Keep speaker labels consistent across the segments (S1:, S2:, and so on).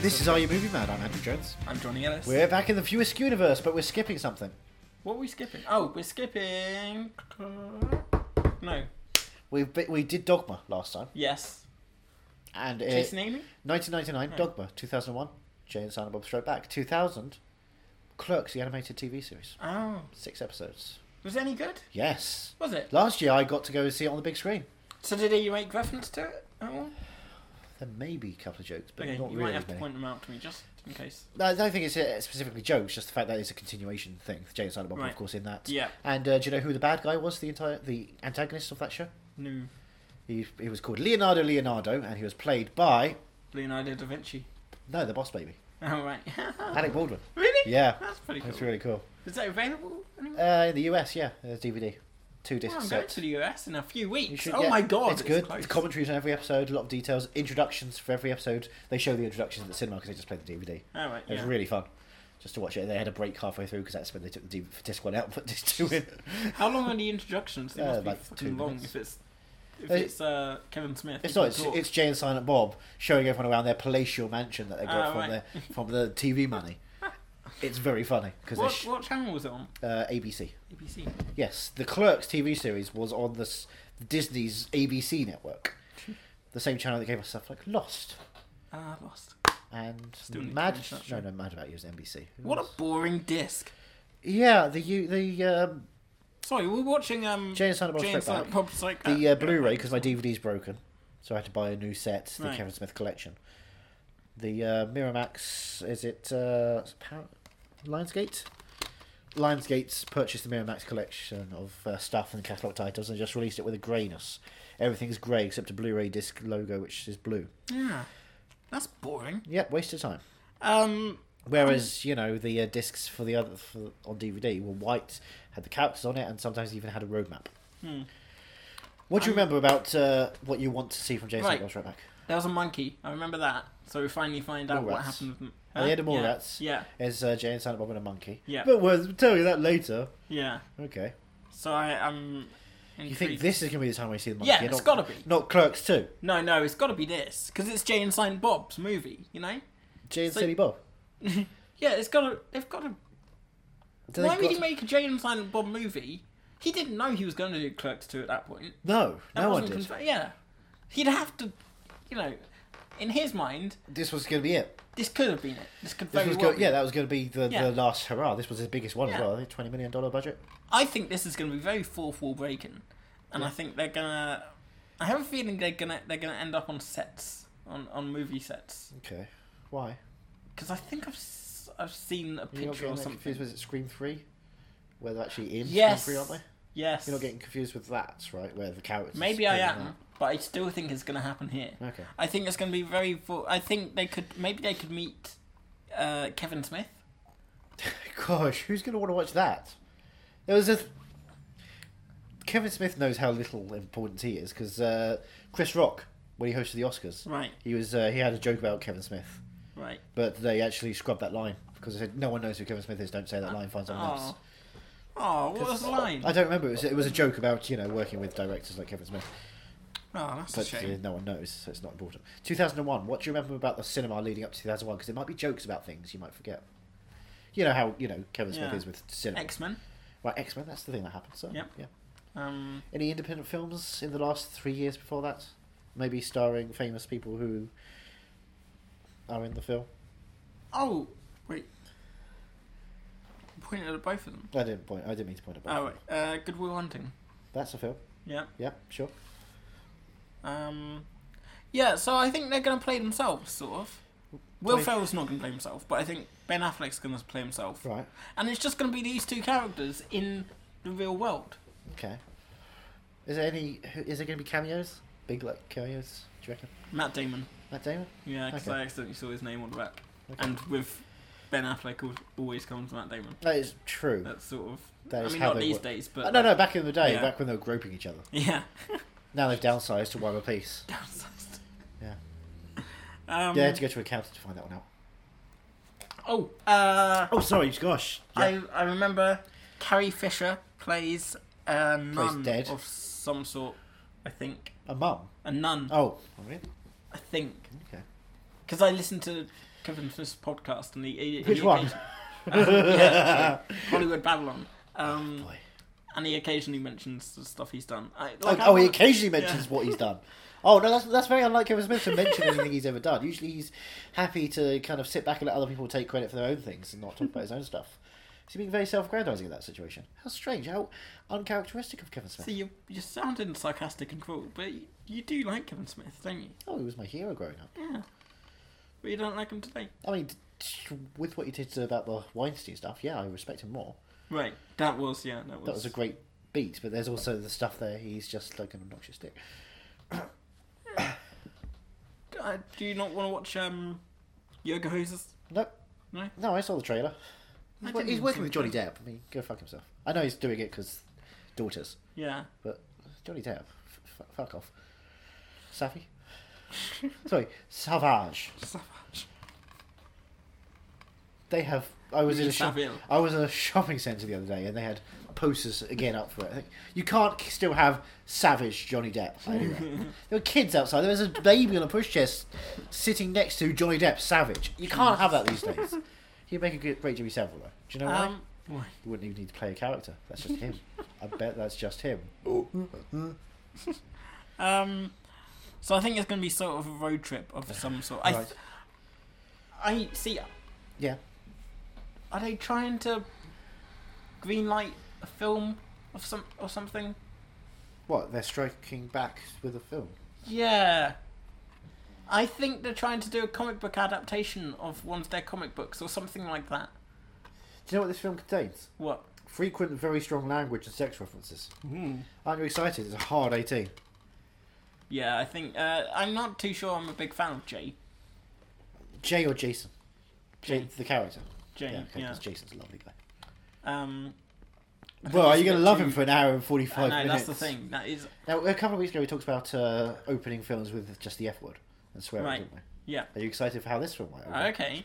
S1: This is Are You Movie Mad? I'm Andrew Jones.
S2: I'm Johnny Ellis.
S1: We're back in the Fewest universe, but we're skipping something.
S2: What are we skipping? Oh, we're skipping. No.
S1: We we did Dogma last time,
S2: Yes.
S1: and it,
S2: Jason Amy? Oh.
S1: 1999 Dogma, 2001 Jay and Silent Bob Strike Back, 2000 Clerks, the animated TV series,
S2: Oh.
S1: six episodes.
S2: Was it any good?
S1: Yes,
S2: Was it?
S1: last year I got to go and see it on the big screen.
S2: So did you make reference to it at all?
S1: There may be a couple of jokes, but
S2: Okay,
S1: not
S2: you
S1: really.
S2: might have to
S1: many.
S2: point them out to me just in case.
S1: No, I don't think it's uh, specifically jokes, just the fact that it's a continuation thing. Jay and Silent Bob, were, of
S2: Right.
S1: course, in that.
S2: Yeah.
S1: And uh, do you know who the bad guy was? The entire the antagonist of that show.
S2: No.
S1: He, he was called Leonardo Leonardo, and he was played by
S2: Leonardo da Vinci.
S1: no, the Boss Baby,
S2: All right.
S1: Alec Baldwin.
S2: really?
S1: Yeah,
S2: That's pretty cool.
S1: that's really cool.
S2: Is that available anywhere?
S1: Uh, in the US, yeah, there's DVD, two
S2: Well,
S1: disc
S2: I'm going
S1: sets.
S2: to the US in a few
S1: You
S2: weeks.
S1: should
S2: Oh
S1: get-
S2: my god,
S1: It's good.
S2: close.
S1: The commentaries on every episode, a lot of details, introductions for every episode. They show the introductions at the cinema because they just play the DVD.
S2: All right.
S1: It was
S2: Yeah.
S1: really fun just to watch it. They had a break halfway through because that's when they took the DVD, disc one out and put disc two in.
S2: How long are the introductions? They
S1: Uh,
S2: must be
S1: like two
S2: fucking long
S1: minutes.
S2: if it's if
S1: Uh,
S2: it's uh, Kevin Smith.
S1: It's
S2: he
S1: not.
S2: can
S1: It's,
S2: talk.
S1: it's Jay and Silent Bob showing everyone around their palatial mansion that they got
S2: Ah,
S1: from
S2: right.
S1: their from the TV money. It's very funny because
S2: what, what channel was it on?
S1: uh, ABC.
S2: ABC.
S1: Yes, the Clerks TV series was on the s- Disney's ABC network, the same channel that gave us stuff like Lost
S2: Ah, lost.
S1: and
S2: Still need to
S1: Mad.
S2: finish that
S1: No,
S2: show.
S1: no, Mad About You was NBC. Who
S2: What a
S1: else?
S2: boring disc.
S1: yeah, the you the um,
S2: Sorry, we're watching um.
S1: Jay and Silent Bob
S2: Jay and
S1: Strike
S2: Silent
S1: Back.
S2: Bob Strike Back.
S1: the uh, Blu-ray because my DVD's broken, so I had to buy a new set, the
S2: Right.
S1: Kevin Smith collection. The uh, Miramax is it uh, Par- Lionsgate? Lionsgate's purchased the Miramax collection of uh, stuff and catalog titles and just released it with a greyness. Everything's grey except a Blu-ray disc logo, which is blue.
S2: Yeah, that's boring.
S1: Yep, waste of time.
S2: Um,
S1: Whereas you know the uh, discs for the other for, on DVD were white, had the characters on it, and sometimes even had a roadmap.
S2: Hmm.
S1: What do you remember about uh, what you want to see from Jason
S2: Right.
S1: Goes Right Back?
S2: there was a monkey. I remember that. So we finally find out
S1: More
S2: what
S1: rats.
S2: happened. With them.
S1: Oh, they had more
S2: yeah.
S1: rats.
S2: Yeah,
S1: Is uh, Jay and Silent Bob and a monkey?
S2: Yeah.
S1: But we'll tell you that later.
S2: yeah.
S1: Okay.
S2: So I um.
S1: You think this is going to be the time we see the monkey?
S2: Yeah, it's
S1: not,
S2: gotta be.
S1: Not Clerks 2.
S2: No, no, it's got to be this because it's Jay and Silent Bob's movie. You know.
S1: Jay and
S2: So-
S1: Silly Bob.
S2: Yeah, it's got to. They've got to.
S1: Do they
S2: Why would
S1: got-
S2: he make a Jay and Silent Bob movie? He didn't know he was going to do Clerks 2 at that point.
S1: No,
S2: That
S1: no one
S2: wasn't
S1: did.
S2: confir- yeah. He'd have to, you know, in his mind,
S1: This was going to be it.
S2: this could have been it. This could
S1: This
S2: very
S1: was
S2: well
S1: go-
S2: be
S1: yeah,
S2: it.
S1: that was going to be the,
S2: Yeah.
S1: the last hurrah. This was his biggest one as
S2: Yeah.
S1: well. I think $20 million budget.
S2: I think this is going to be very fourth wall breaking, and I think they're gonna. I have a feeling they're gonna they're gonna end up on sets on on movie sets
S1: Okay. Why?
S2: because I think I've s- I've seen a
S1: You're not
S2: picture
S1: getting
S2: or
S1: that
S2: something.
S1: confused with Scream 3? Where they're actually in
S2: Yes.
S1: Scream 3, aren't they?
S2: Yes,
S1: You're not getting confused with that, right? Where the characters.
S2: maybe I
S1: play
S2: am,
S1: that.
S2: but I still think it's gonna happen here.
S1: Okay.
S2: I think it's going to be very. Full. I think they could maybe they could meet uh, Kevin Smith.
S1: Gosh, who's going to want to watch that? There was a. Th- Kevin Smith knows how little importance he is because uh, Chris Rock, when he hosted the Oscars,
S2: Right,
S1: he was uh, he had a joke about Kevin Smith,
S2: right.
S1: but they actually scrubbed that line because they said no one knows who Kevin Smith is. Don't say that line. Find someone else.
S2: Oh, oh, what was the line?
S1: I don't remember. It was, it was a joke about you know working with directors like Kevin Smith,
S2: Oh, that's a
S1: but uh,
S2: shame.
S1: no one knows, so it's not important. Two thousand and one. What do you remember about the cinema leading up to two thousand one? Because there might be jokes about things you might forget. You know how you know Kevin Smith
S2: Yeah.
S1: is with cinema.
S2: X Men.
S1: Right, X Men. That's the thing that happened. So
S2: Yep.
S1: yeah.
S2: Um,
S1: Any independent films in the last three years before that? Maybe starring famous people who are in the film.
S2: oh, wait. You pointed at both of them.
S1: I didn't point. I didn't mean to point it.
S2: Oh, wait. Uh, Goodwill Hunting.
S1: That's a film.
S2: Yeah.
S1: Yeah, sure.
S2: Um, yeah. So I think they're going to play themselves, sort of. Will
S1: Play-
S2: Ferrell's not going to play himself, but I think Ben Affleck's going to play himself,
S1: Right.
S2: and it's just going to be these two characters in the real world.
S1: Okay. Is there any? who- Is there going to be cameos? Big like cameos? Do you reckon?
S2: Matt Damon.
S1: Matt Damon.
S2: Yeah, because
S1: Okay.
S2: I accidentally saw his name on the back.
S1: Okay.
S2: And with Ben Affleck, al- always comes Matt Damon.
S1: that is true.
S2: That's sort of.
S1: That is
S2: I mean,
S1: how
S2: not
S1: they
S2: these
S1: work.
S2: days, Uh, but
S1: Uh, no, no. Back in the day,
S2: Yeah.
S1: back when they were groping each other.
S2: Yeah.
S1: Now they've downsized to one apiece.
S2: Downsized.
S1: Yeah.
S2: Um,
S1: yeah, I had to go to an accountant to find that one out.
S2: Oh, uh,
S1: Oh, sorry, gosh. Yeah.
S2: I I remember Carrie Fisher plays a nun
S1: dead.
S2: of some sort. I think
S1: A mum.
S2: a nun.
S1: Oh, really?
S2: I think
S1: Okay.
S2: because I listened to Kevin Smith's podcast and he, he he
S1: Which one?
S2: occasion- um, yeah, sorry. Hollywood Babylon. Um,
S1: Boy.
S2: and he occasionally mentions the stuff he's done. I,
S1: Like,
S2: like, I
S1: oh, he
S2: want-
S1: occasionally
S2: yeah.
S1: mentions what he's done. Oh no, that's that's very unlike Kevin Smith to mention anything he's ever done. Usually, he's happy to kind of sit back and let other people take credit for their own things and not talk about his own stuff. He's being very self-aggrandizing in that situation. How strange! How uncharacteristic of Kevin Smith.
S2: See, you you sounded sarcastic and cruel, but you, you do like Kevin Smith, don't you?
S1: Oh, he was my hero growing up.
S2: Yeah. But you don't like him today.
S1: I mean, t- t- with what he did about the Weinstein stuff, yeah, I respect him more.
S2: Right. That was yeah. That was.
S1: That was a great beat, but there's also the stuff there. He's just like an obnoxious dick.
S2: Uh, do you not want to watch um, Yoga Hoses?
S1: No,
S2: No.
S1: no, I saw the trailer.
S2: I
S1: He's,
S2: didn't
S1: he's
S2: even see
S1: working with
S2: the
S1: Johnny Depp. I mean, go fuck himself. I know he's doing it because daughters.
S2: Yeah.
S1: But Johnny Depp, f- f- fuck off. Safi? Sorry, Savage.
S2: Savage.
S1: They have. I was in a shop.
S2: Saville.
S1: I was in a shopping centre the other day, and they had posters again up for it. I think, You can't k- still have Savage Johnny Depp. I knew that. there were kids outside. There was a baby on a pushchair s- sitting next to Johnny Depp Savage. You can't have that these days. He'd make a good, great Jimmy Savile, though. Do you know why?
S2: Um. Why?
S1: You wouldn't even need to play a character. That's just him. I bet that's just him.
S2: Um. So I think it's going to be sort of a road trip of some sort. I.
S1: Right.
S2: I see.
S1: Yeah.
S2: Are they trying to greenlight a film of some or something?
S1: What? They're striking back with a film.
S2: Yeah. I think they're trying to do a comic book adaptation of one of their comic books or something like that.
S1: Do you know what this film contains?
S2: What?
S1: Frequent, very strong language and sex references. Aren't you excited? It's a hard 18.
S2: Yeah, I think uh, I'm not too sure. I'm a big fan of Jay.
S1: Jay or Jason? Jay,
S2: Jay.
S1: the character.
S2: Jay.
S1: yeah,
S2: Yeah.
S1: okay, 'cause Jason's a lovely guy.
S2: Um. I think
S1: Well, are
S2: it's
S1: you
S2: a
S1: going to
S2: bit
S1: love
S2: too-
S1: him for an hour and
S2: I
S1: 45
S2: know,
S1: minutes?
S2: that's the thing. That is.
S1: Now, a couple of weeks ago, we talked about uh, opening films with just the F word and swearing,
S2: Right.
S1: didn't we?
S2: Yeah.
S1: Are you excited for how this film might open?
S2: Okay.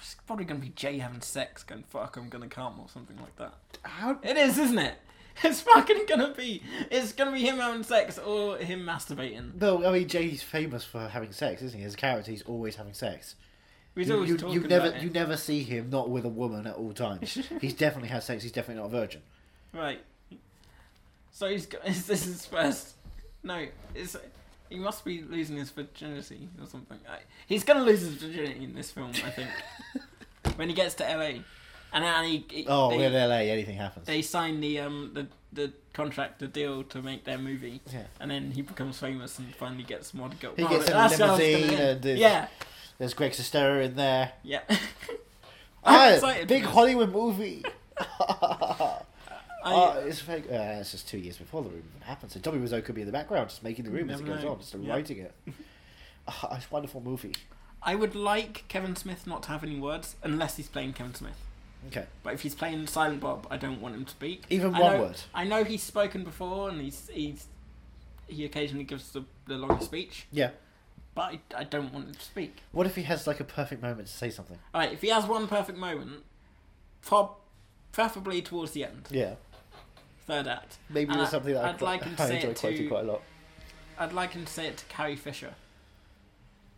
S2: It's probably going to be Jay having sex, going fuck, I'm going to come or something like that.
S1: How...
S2: It is, isn't it? It's fucking going to be. It's going to be him having sex or him masturbating.
S1: No, I mean, Jay's famous for having sex, isn't he? As a character, he's always having sex.
S2: He's
S1: You,
S2: always
S1: you,
S2: talking
S1: you never
S2: about it.
S1: you never see him not with a woman at all times. he's definitely had sex, he's definitely not a virgin.
S2: Right. So he's got. Is this his first? No. It's. He must be losing his virginity or something. I, he's going to lose his virginity in this film, I think. when he gets to LA, and, and he, he-
S1: Oh,
S2: they,
S1: we're in LA, anything happens.
S2: they sign the um the the contract, the deal to make their movie,
S1: Yeah.
S2: and then he becomes famous and finally gets more to go.
S1: He
S2: "Wow,
S1: gets in a
S2: that's what I was gonna
S1: limousine
S2: do."
S1: and this-
S2: yeah,
S1: There's Greg Sestero in there.
S2: yeah. I'm
S1: Ah,
S2: excited.
S1: big
S2: for this. uh,
S1: Hollywood movie.
S2: I,
S1: Ah, it's fake. Uh, it's just two years before the room even happened. So Tommy Wiseau could be in the background, just making the room as it
S2: Never
S1: goes
S2: know.
S1: on, just
S2: Yeah.
S1: writing it. Ah, it's a wonderful movie.
S2: I would like Kevin Smith not to have any words unless he's playing Kevin Smith.
S1: Okay,
S2: But if he's playing Silent Bob, I don't want him to speak.
S1: even
S2: I
S1: one
S2: know,
S1: word.
S2: I know he's spoken before, and he's he's he occasionally gives the the long speech,
S1: Yeah.
S2: but I, I don't want him to speak.
S1: What if he has like a perfect moment to say something?
S2: All right, if he has one perfect moment, prob- preferably towards the end,
S1: Yeah,
S2: third act.
S1: maybe
S2: And
S1: there's
S2: I-
S1: something that
S2: I'd
S1: I, quite,
S2: like him to
S1: I
S2: say
S1: enjoy
S2: it
S1: quoting
S2: to-
S1: quite a lot.
S2: I'd like him to say it to Carrie Fisher.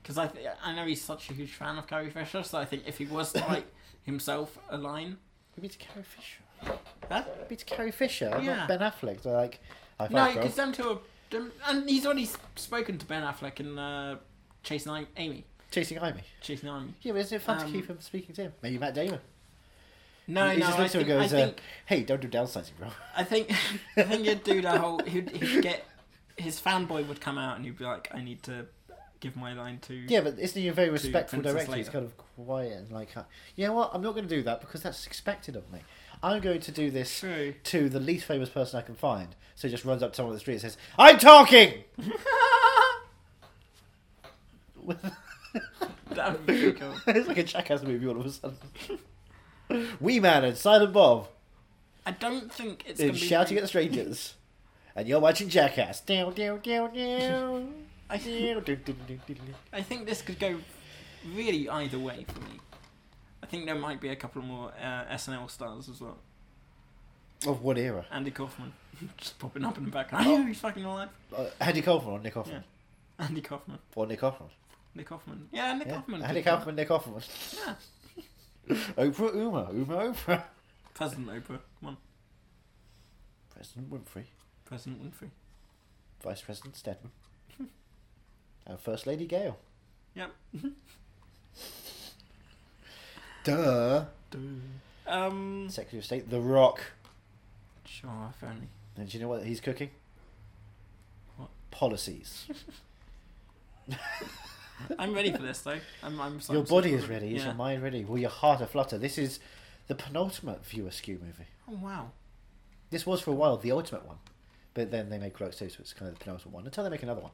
S2: Because I, th- I know he's such a huge fan of Carrie Fisher, so I think if he was to write himself a line.
S1: Maybe to Carrie Fisher.
S2: Huh?
S1: Maybe to Carrie Fisher,
S2: Yeah.
S1: not Ben Affleck. They're like, I
S2: No,
S1: five, bro.
S2: because them two are. Them, and he's already s- spoken to Ben Affleck in uh, Chasing I- Amy.
S1: chasing Amy.
S2: Chasing Amy.
S1: Yeah, but isn't it fun
S2: Um,
S1: to keep him speaking to him? Maybe Matt Damon.
S2: No,
S1: he
S2: no,
S1: just
S2: I
S1: looks at
S2: think,
S1: him and goes,
S2: I
S1: uh,
S2: think,
S1: "Hey, don't do downsizing, bro."
S2: I think, I think he'd do that whole. He'd, he'd get his fanboy would come out and he'd be like, "I need to give my line to."
S1: Yeah, but isn't he a very respectful
S2: Princess
S1: director? He's
S2: Leia.
S1: kind of quiet and like, uh, you know what? I'm not going to do that because that's expected of me. I'm going to do this
S2: True.
S1: to the least famous person I can find. So he just runs up to someone on the street and says, "I'm talking."
S2: that would be really cool.
S1: it's like a jackass movie all of a sudden. Wee Man and Silent Bob
S2: I don't think it's
S1: in
S2: going to be.
S1: shouting at the strangers, and you're watching Jackass. Down, down, down, down.
S2: I,
S1: Down, down, down, down, down.
S2: I think this could go really either way for me. I think there might be a couple more uh, SNL stars as well.
S1: Of what era?
S2: Andy Kaufman just popping up in the background.
S1: Oh.
S2: he's fucking alive.
S1: Uh, Andy Kaufman or Nick Hoffman?
S2: Andy Kaufman.
S1: Or Nick Hoffman?
S2: Nick Kaufman. Yeah, Nick
S1: yeah.
S2: Kaufman.
S1: Andy
S2: could come.
S1: Kaufman, Nick Hoffman.
S2: Yeah.
S1: Oprah, Uma, Uma, Oprah.
S2: President Oprah. Come on.
S1: President Winfrey,
S2: President Winfrey.
S1: Vice President Stedman, and First Lady Gail.
S2: Yep.
S1: Duh.
S2: Um.
S1: Secretary of State, The Rock.
S2: Sure, if only.
S1: And do you know what he's cooking?
S2: What?
S1: Policies.
S2: I'm ready for this though. I'm. I'm so-
S1: your
S2: I'm so
S1: body is
S2: good.
S1: ready. Is
S2: Yeah.
S1: your mind ready? Will your heart aflutter? This is the penultimate viewer skew movie.
S2: Oh wow.
S1: This was for a while the ultimate one, but then they made Clerks two, so it's kind of the penultimate one. Until they make another one,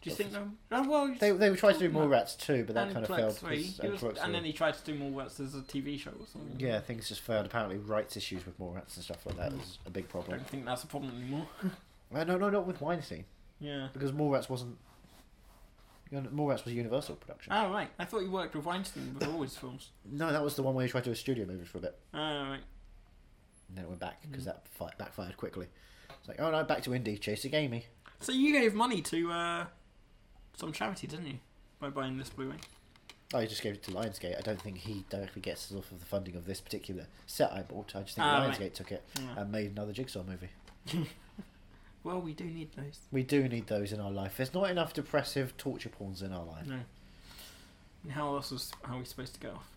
S2: Do you think? Um, oh, well, you
S1: they
S2: just-
S1: they were trying to do more
S2: No.
S1: Rats two, but that
S2: and
S1: kind of
S2: Clerks
S1: failed.
S2: Three.
S1: 'cause-
S2: He was-
S1: Clerks
S2: and
S1: three-
S2: then he tried to do more works as a TV show or something.
S1: yeah, things just failed. Apparently, rights issues with more rats and stuff like that
S2: Mm.
S1: was a big
S2: I
S1: problem.
S2: don't think that's a problem anymore.
S1: Uh, no, no, not with Weinstein
S2: Yeah.
S1: because more rats wasn't. More rats was a Universal production.
S2: Oh right. I thought you worked with Weinstein before all his films.
S1: No, that was the one where he tried to do a studio movie for a bit.
S2: Oh right.
S1: And then it went back because
S2: Mm.
S1: that fi- backfired quickly. It's like, oh no, back to indie, chasing Amy.
S2: So you gave money to uh, some charity, didn't you? By buying this Blu-ray.
S1: Oh, he just gave it to Lionsgate. I don't think he directly gets off of the funding of this particular set I bought. I just think
S2: Ah, right.
S1: Lionsgate took it
S2: Yeah.
S1: and made another Jigsaw movie.
S2: well, we do need those.
S1: We do need those in our life. There's not enough depressive torture porns in our life.
S2: No. And how else was how are we supposed to go off?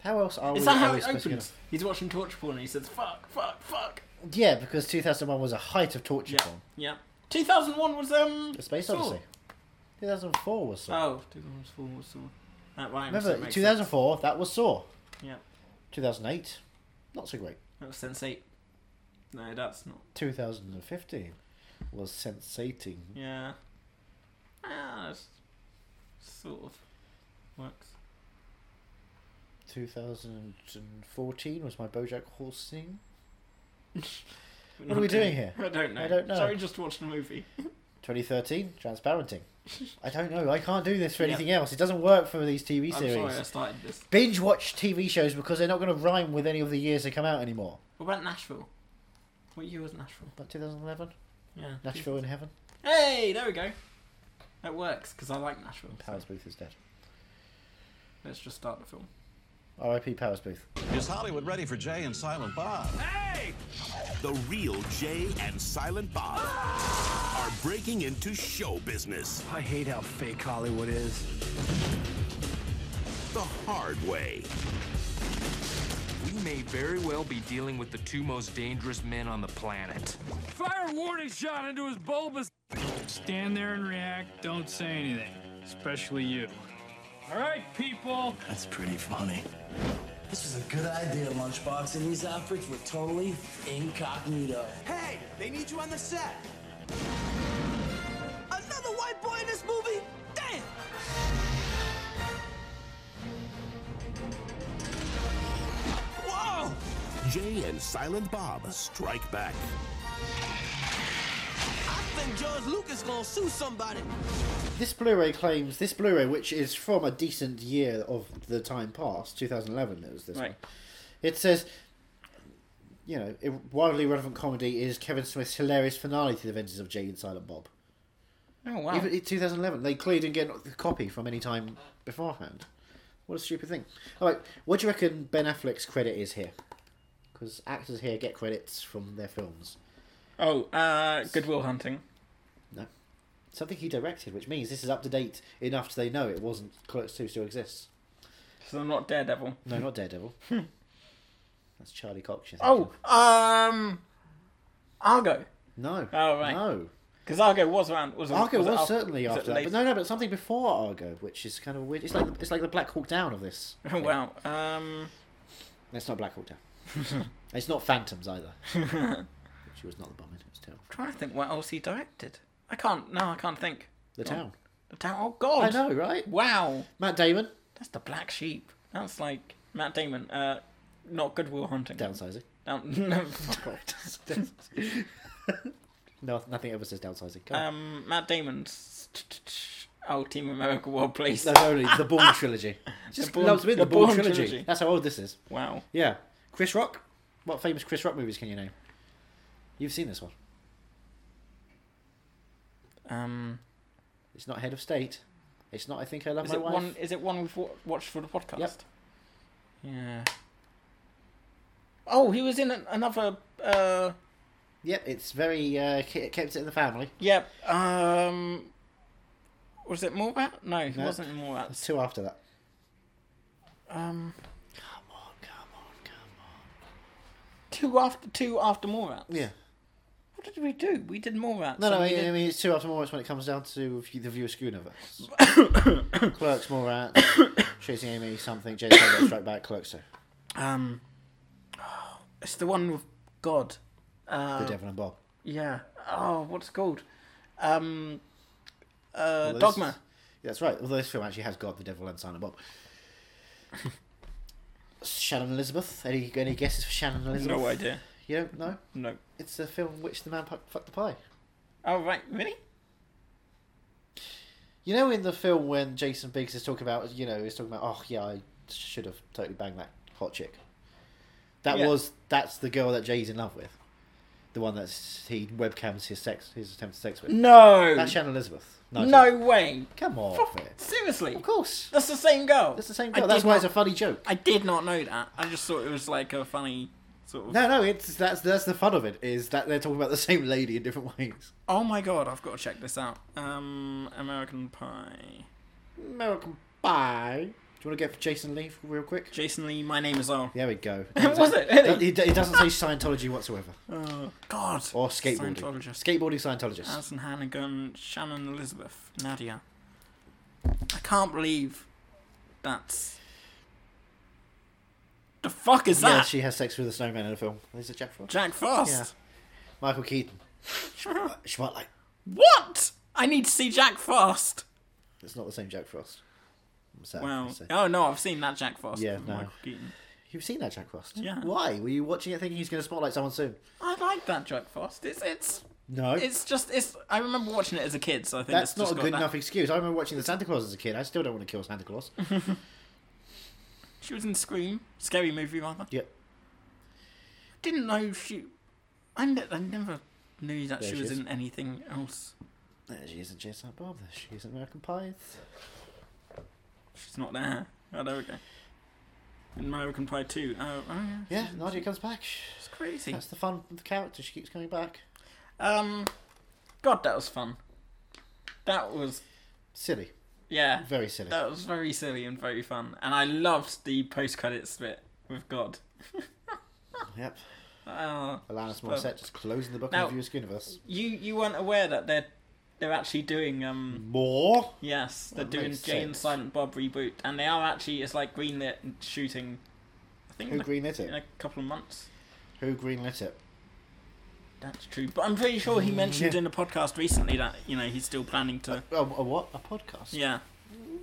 S1: How else are
S2: Is
S1: Oh, we,
S2: that
S1: are
S2: how
S1: we
S2: it
S1: supposed to get
S2: opens? He's watching torture porn and he says, "Fuck, fuck, fuck."
S1: off- Yeah, because 2001 was a height of torture porn.
S2: Yeah. 2001 was um.
S1: The Space
S2: Saw.
S1: Odyssey. 2004 was Saw.
S2: Oh, 2004 was Saw. That right. so it
S1: Remember,
S2: makes
S1: 2004, that was Saw.
S2: Yeah.
S1: 2008, not so great.
S2: sense. That was Sense Eight. No, that's not.
S1: 2015 was Sensating.
S2: Yeah. Ah, that's sort of works.
S1: 2014 was my BoJack Horseman.
S2: But
S1: What are we
S2: not
S1: doing here?
S2: I don't know.
S1: I don't know.
S2: Sorry, just watched a movie.
S1: 2013, Transparenting. I don't know. I can't do this for
S2: Yeah.
S1: anything else. It doesn't work for these TV
S2: I'm
S1: series.
S2: sorry, I started this.
S1: Binge watch TV shows because they're not going to rhyme with any of the years they come out anymore.
S2: What about Nashville? What year was Nashville?
S1: But 2011,
S2: Yeah.
S1: Nashville in Heaven.
S2: Hey, there we go. That works because I like Nashville. so
S1: Powers Booth is dead.
S2: let's just start the film.
S1: R.I.P. Powers Booth.
S3: Is Hollywood ready for Jay and Silent Bob?
S4: The real Jay and Silent Bob are breaking into show business
S5: I hate how fake Hollywood is.
S4: the hard way.
S6: We may very well be dealing with the two most dangerous men on the planet.
S7: Fire a warning shot into his bulbous. Stand there and react. Don't say anything, especially you. All right, people.
S5: That's pretty funny. This was a good idea, Lunchbox, and these outfits were totally incognito.
S8: Hey, they need you on the set. Another white boy in this movie? Damn! Whoa!
S4: Jay and Silent Bob strike back.
S8: I think George Lucas gonna sue somebody.
S1: This Blu-ray claims this Blu-ray, which is from a decent year of the time past, 2011. It was this one.
S2: Right.
S1: It says, you know, it, wildly relevant comedy is Kevin Smith's hilarious finale to the adventures of Jay and Silent Bob.
S2: Oh wow.
S1: Even in 2011, they clearly didn't get a copy from any time beforehand. What a stupid thing. All right, what do you reckon Ben Affleck's credit is here? Because actors here get credits from their films.
S2: oh, uh, Goodwill Hunting.
S1: No. Something he directed, which means this is up to date enough so they know it wasn't Clerks 2 still exists.
S2: So I'm not Daredevil.
S1: No, not Daredevil. That's Charlie Cox. you're
S2: Oh,
S1: thinking.
S2: um, Argo.
S1: No.
S2: Oh, right.
S1: No.
S2: Because Argo was around. Was
S1: Argo was,
S2: it after-
S1: certainly
S2: was it
S1: after that,
S2: later?
S1: but no, no, but something before Argo, which is kind of weird. It's like the, it's like the Black Hawk Down of this.
S2: Oh wow. Um,
S1: It's not Black Hawk Down. it's not Phantoms either. She was not the bombing. It was terrible.
S2: trying to think what else he directed. I can't. No, I can't think.
S1: The town.
S2: The Town. Oh God.
S1: I know, right?
S2: Wow.
S1: Matt Damon
S2: That's the Black Sheep. That's like Matt Damon. Uh, not Goodwill Hunting.
S1: downsizing.
S2: Down. No.
S1: no, nothing ever says downsizing. Go on.
S2: um, Matt Um, Damon's Oh, Team America, well please.
S1: That's only the Bourne trilogy. Just
S2: Bourne-
S1: loves me the,
S2: the
S1: Bourne,
S2: Bourne
S1: trilogy.
S2: trilogy.
S1: That's how old this is.
S2: Wow.
S1: Yeah. Chris Rock? What famous Chris Rock movies can you name? You've seen this one.
S2: Um,
S1: It's not Head of State. It's not I Think I Love
S2: is
S1: My
S2: it
S1: Wife.
S2: one? Is it one we've wa- watched for the podcast? Yeah. Oh, he was in an- another. Uh,
S1: Yep, it's very uh, ke- kept it in the family.
S2: yep. Um, was it Morbat? No, he
S1: No.
S2: wasn't in Morbat.
S1: It's two after that.
S2: Um,
S1: Come on, Oh, come on, come
S2: two after two after Morbat.
S1: on. Yeah.
S2: What did we do? We did Morbat.
S1: No,
S2: so
S1: no,
S2: we
S1: I mean,
S2: did-
S1: I mean, it's two after Morats when it comes down to view- the viewer's universe. Clerks, Morats, Chasing Amy, something, Jason, Got Strike Back, Clerks, so.
S2: um, it's the one with God. Uh, Um,
S1: The Devil and Bob.
S2: Yeah. Oh, what's it called? Um, uh,
S1: Although this-
S2: Dogma.
S1: That's right. Although this film actually has got the devil and Silent Bob. Shannon Elizabeth. Any any guesses for Shannon Elizabeth?
S2: No idea.
S1: You don't know?
S2: No.
S1: It's the film which the man pu- fucked the pie.
S2: Oh right, really?
S1: You know, in the film when Jason Biggs is talking about, you know, he's talking about, oh yeah, I should have totally banged that hot chick. That
S2: Yeah.
S1: was that's the girl that Jay's in love with, the one that he webcams his sex his attempted sex with.
S2: No.
S1: That's Shannon Elizabeth.
S2: no way.
S1: come on,
S2: Fuck,
S1: mate.
S2: Seriously.
S1: of course,
S2: That's the same girl.
S1: that's the same
S2: I
S1: girl. That's
S2: did
S1: why it's
S2: not-
S1: a funny joke.
S2: I did not know that. I just thought it was like a funny sort of.
S1: No, no, it's that's that's the fun of it is that they're talking about the same lady in different ways.
S2: Oh my god, I've got to check this out. Um, American Pie.
S1: American Pie. Do you want to get Jason Lee real quick?
S2: Jason Lee, my name is Earl.
S1: There we go.
S2: Was it
S1: It,
S2: really?
S1: it- it doesn't say Scientology whatsoever,
S2: God.
S1: or skateboarding.
S2: Scientologist.
S1: Skateboarding Scientologist.
S2: Alison Hannigan, Shannon Elizabeth, Nadia. I can't believe that's. The fuck is
S1: yeah,
S2: that?
S1: she has sex with a snowman in a film. Is it Jack Frost?
S2: Jack Frost.
S1: Michael Keaton. She might like.
S2: What? I need to see Jack Frost.
S1: It's not the same Jack Frost. I'm sad.
S2: Wow.
S1: I say.
S2: Oh no, I've seen that Jack Frost. Oh
S1: Yeah,
S2: with
S1: no.
S2: Michael Keaton.
S1: You've seen that Jack Frost?
S2: Yeah.
S1: Why were you watching it thinking he's going to spotlight someone soon?
S2: I like that Jack Frost. It's it's
S1: No.
S2: it's just it's. I remember watching it as a kid, so I think
S1: That's
S2: it's
S1: not
S2: just
S1: a
S2: got
S1: good
S2: that.
S1: enough excuse. I remember watching the Santa Claus as a kid. I still don't want to kill Santa Claus.
S2: She was in Scream, scary movie rather.
S1: yep.
S2: Didn't know she. I, ne- I never knew that
S1: There
S2: she
S1: she
S2: was
S1: is.
S2: in anything else.
S1: There she isn't Jason Bob. There she isn't American Pie.
S2: She's not there. Oh, there we go. In American Pie 2. Oh, oh yeah.
S1: Yeah, Nadia comes back.
S2: It's crazy.
S1: That's the fun of the character. She keeps coming back.
S2: Um, God, that was fun. That was
S1: Silly.
S2: yeah.
S1: Very silly.
S2: That was very silly and very fun, and I loved the post credits bit with God.
S1: Yep.
S2: Oh,
S1: Alanis Morissette just closing the book on
S2: Now-
S1: the viewer's universe.
S2: you you weren't aware that they're they're actually doing um
S1: More?
S2: yes they're
S1: Hmm. That
S2: doing
S1: makes
S2: Jay and
S1: sense.
S2: Silent Bob reboot, and they are actually it's like greenlit and shooting. I think
S1: Who
S2: in a,
S1: greenlit
S2: in a
S1: it?
S2: couple of months.
S1: Who greenlit it?
S2: That's true, but I'm pretty sure he mentioned
S1: yeah.
S2: in a podcast recently that you know he's still planning to.
S1: Oh, a what? A podcast?
S2: Yeah,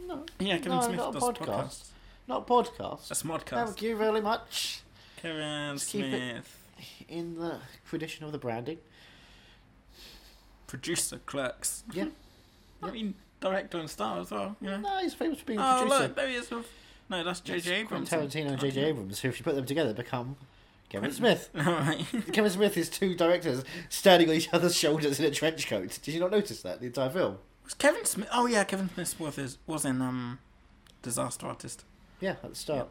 S1: No.
S2: yeah. Kevin
S1: No,
S2: Smith
S1: not a
S2: does podcasts.
S1: podcast. Not a podcast.
S2: That's modcast.
S1: Thank you very much.
S2: Kevin
S1: keep it-
S2: Smith,
S1: In the tradition of the branding.
S2: producer clerks.
S1: Yeah.
S2: I mean, director and star as well. You know.
S1: no, he's famous for being a
S2: Oh
S1: producer.
S2: look, there he is with. No, that's JJ Abrams.
S1: Quentin Tarantino and J.J. Abrams, who, if you put them together, become Kevin Smith.
S2: Alright.
S1: Kevin Smith is two directors standing on each other's shoulders in a trench coat. Did you not notice that the entire film?
S2: was Kevin Smith? Oh yeah, Kevin Smith was is, was in um, Disaster Artist.
S1: Yeah, at the start.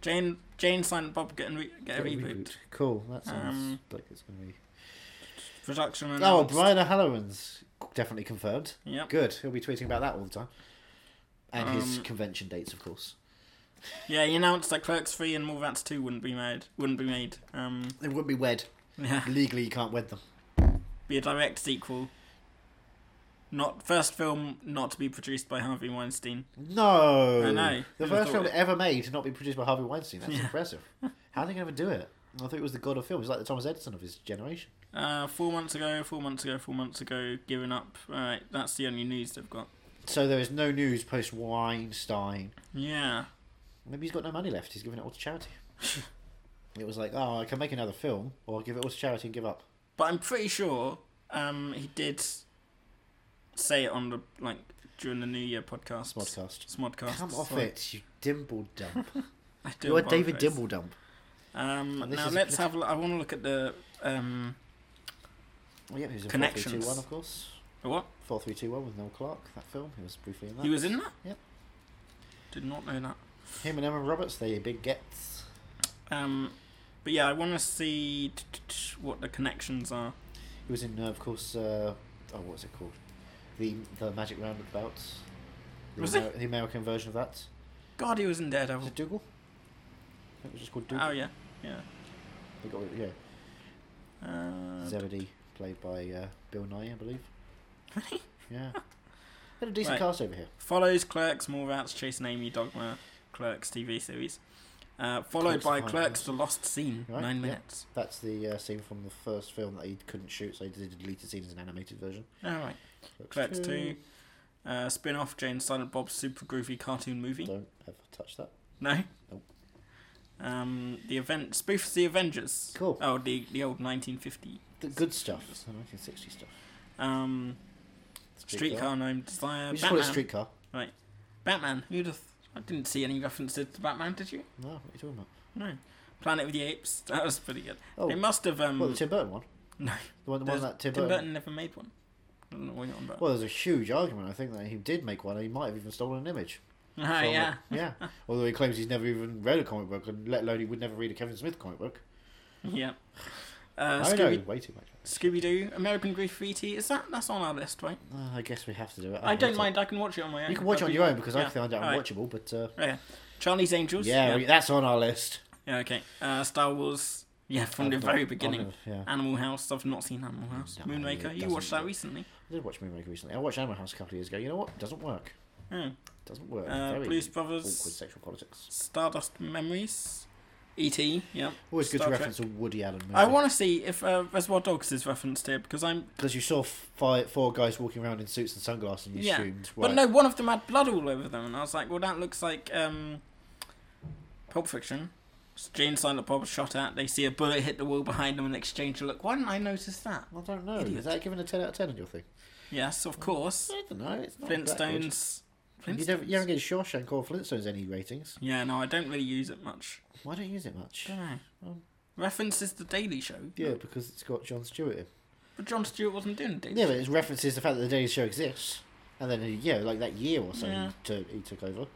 S2: Jane Jane Silent Bob get, a re- get a reboot.
S1: Cool. That sounds
S2: Um,
S1: like it's going to be.
S2: Production and
S1: Oh, Brian O'Halloran's definitely confirmed.
S2: Yep.
S1: Good. He'll be tweeting about that all the time. And his
S2: Um,
S1: convention dates, of course.
S2: Yeah, he announced that Clerks Three and Mallrats Two wouldn't be made. Wouldn't be made. Um,
S1: They wouldn't be wed.
S2: yeah,
S1: Legally, you can't wed them.
S2: be a direct sequel. Not first film not to be produced by Harvey Weinstein.
S1: No.
S2: I know.
S1: The
S2: Never
S1: first
S2: thought
S1: film
S2: it-
S1: ever made to not be produced by Harvey Weinstein. That's impressive. How are they going to ever do it? I thought it was the god of film. He's like the Thomas Edison of his generation.
S2: Uh, four months ago, four months ago, four months ago, giving up. Alright, that's the only news they've got.
S1: So there is no news post Weinstein.
S2: Yeah.
S1: Maybe he's got no money left. He's giving it all to charity. it was like, oh, I can make another film, or I'll give it all to charity and give up.
S2: But I'm pretty sure um, he did say it on the like during the New Year podcast.
S1: Smodcast.
S2: Smodcast.
S1: Come off
S2: sorry.
S1: it, you dimble dump.
S2: I do
S1: You're David
S2: apologise.
S1: Dimble Dump.
S2: Um,
S1: this
S2: now
S1: is a
S2: let's
S1: politi-
S2: have. a look- I want to look at the um.
S1: Well, Oh, yeah, he was in
S2: Connections.
S1: 4321, of course.
S2: the What
S1: 4321 with Noel Clark, that film. He was briefly in that.
S2: he was in that?
S1: Yep.
S2: Did not know that.
S1: Him and Emma Roberts, they big gets.
S2: Um, but yeah, I want to see t- t- t- what the connections are.
S1: He was in, uh, of course, uh, oh, what was it called? The the Magic Roundabout. The,
S2: Was Oh. he?
S1: the American version of that.
S2: God, he was in
S1: Was
S2: Daredevil.
S1: it Dougal? I think it was just called Dougal.
S2: Oh yeah, yeah.
S1: They got rid- yeah.
S2: Oh. Uh,
S1: Zebedee, played by uh, Bill Nye, I believe. yeah. Had a decent
S2: Right.
S1: cast over here.
S2: follows Clerks, Mallrats, Chasing Amy, Dogma, Clerks TV series. Uh, followed
S1: Clerks
S2: by
S1: Files.
S2: Clerks: The Lost Scene,
S1: Right,
S2: nine
S1: yeah.
S2: minutes.
S1: That's the uh, scene from the first film that he couldn't shoot, so he did a deleted scene as an animated version.
S2: All right. Clerks Two, uh, spin-off Jane Silent Bob's super groovy cartoon movie.
S1: Don't ever touch that.
S2: No.
S1: Nope.
S2: Um, the event spoofs the Avengers.
S1: Cool.
S2: Oh, the the old 1950.
S1: The good stuff, the 1960 stuff.
S2: Um, Streetcar Named Desire.
S1: We just call it streetcar.
S2: Right. Batman. Who the? I didn't see any references to Batman. Did you?
S1: No, what are you talking about?
S2: No. Planet of the Apes. That was pretty good.
S1: Oh.
S2: It must have. Um,
S1: Well, the Tim Burton one.
S2: no.
S1: The one, the
S2: There's-
S1: one that Tim,
S2: Burton.
S1: Burton.
S2: never made one. I don't know what you're on about.
S1: Well, there's a huge argument. I think that he did make one, and he might have even stolen an image.
S2: Ah,
S1: from it.
S2: yeah.
S1: yeah. Although he claims he's never even read a comic book, and let alone he would never read a Kevin Smith comic book.
S2: Yeah. Uh,
S1: I know,
S2: Scooby,
S1: way too much.
S2: Scooby Doo, American Graffiti. Is that that's on our list, right?
S1: Uh, I guess we have to do it.
S2: I
S1: hate
S2: don't
S1: it.
S2: mind. I can watch it on my own.
S1: You can watch it on your own because I
S2: Yeah.
S1: found it
S2: All right.
S1: unwatchable, but uh,
S2: Yeah. Charlie's Angels.
S1: yeah, we- that's on our list.
S2: Yeah, okay. Uh, Star Wars. Yeah, from the
S1: I've not-
S2: very
S1: I've
S2: beginning.
S1: never- uh, yeah.
S2: Animal House. I've not seen Animal House.
S1: No, it
S2: Moonraker. You
S1: doesn't
S2: watched that
S1: work.
S2: recently.
S1: I did watch Moonraker recently. I watched Animal House a couple of years ago. You know what? Doesn't work.
S2: Oh.
S1: Doesn't work.
S2: Uh,
S1: Very
S2: Blues
S1: awkward
S2: Brothers.
S1: sexual politics.
S2: Stardust Memories. E.T. Yeah.
S1: Always good
S2: Star
S1: to
S2: Trek.
S1: reference a Woody Allen movie.
S2: I want to see if uh, Reservoir Dogs is referenced here because I'm.
S1: because you saw five, four guys walking around in suits and sunglasses, and you
S2: yeah.
S1: assumed.
S2: But
S1: right,
S2: no, one of them had blood all over them, and I was like, well, that looks like um, Pulp Fiction. Jane Silent Bob is shot at. They see a bullet hit the wall behind them and exchange a look. Why didn't I notice that?
S1: I don't know.
S2: Idiot.
S1: Is that given a ten out of ten on your thing?
S2: Yes, of course.
S1: I don't know. It's not that good.
S2: Flintstones.
S1: You don't, you don't get Shawshank or Flintstones any ratings.
S2: Yeah, no, I don't really use it much.
S1: Why don't you use it much?
S2: References the Daily Show.
S1: Yeah, because it's got John Stewart in.
S2: But John Stewart wasn't doing the Daily
S1: Yeah,
S2: Show.
S1: but it references the fact that the Daily Show exists, and then uh, yeah, like that year or so
S2: Yeah.
S1: he, t- he took over.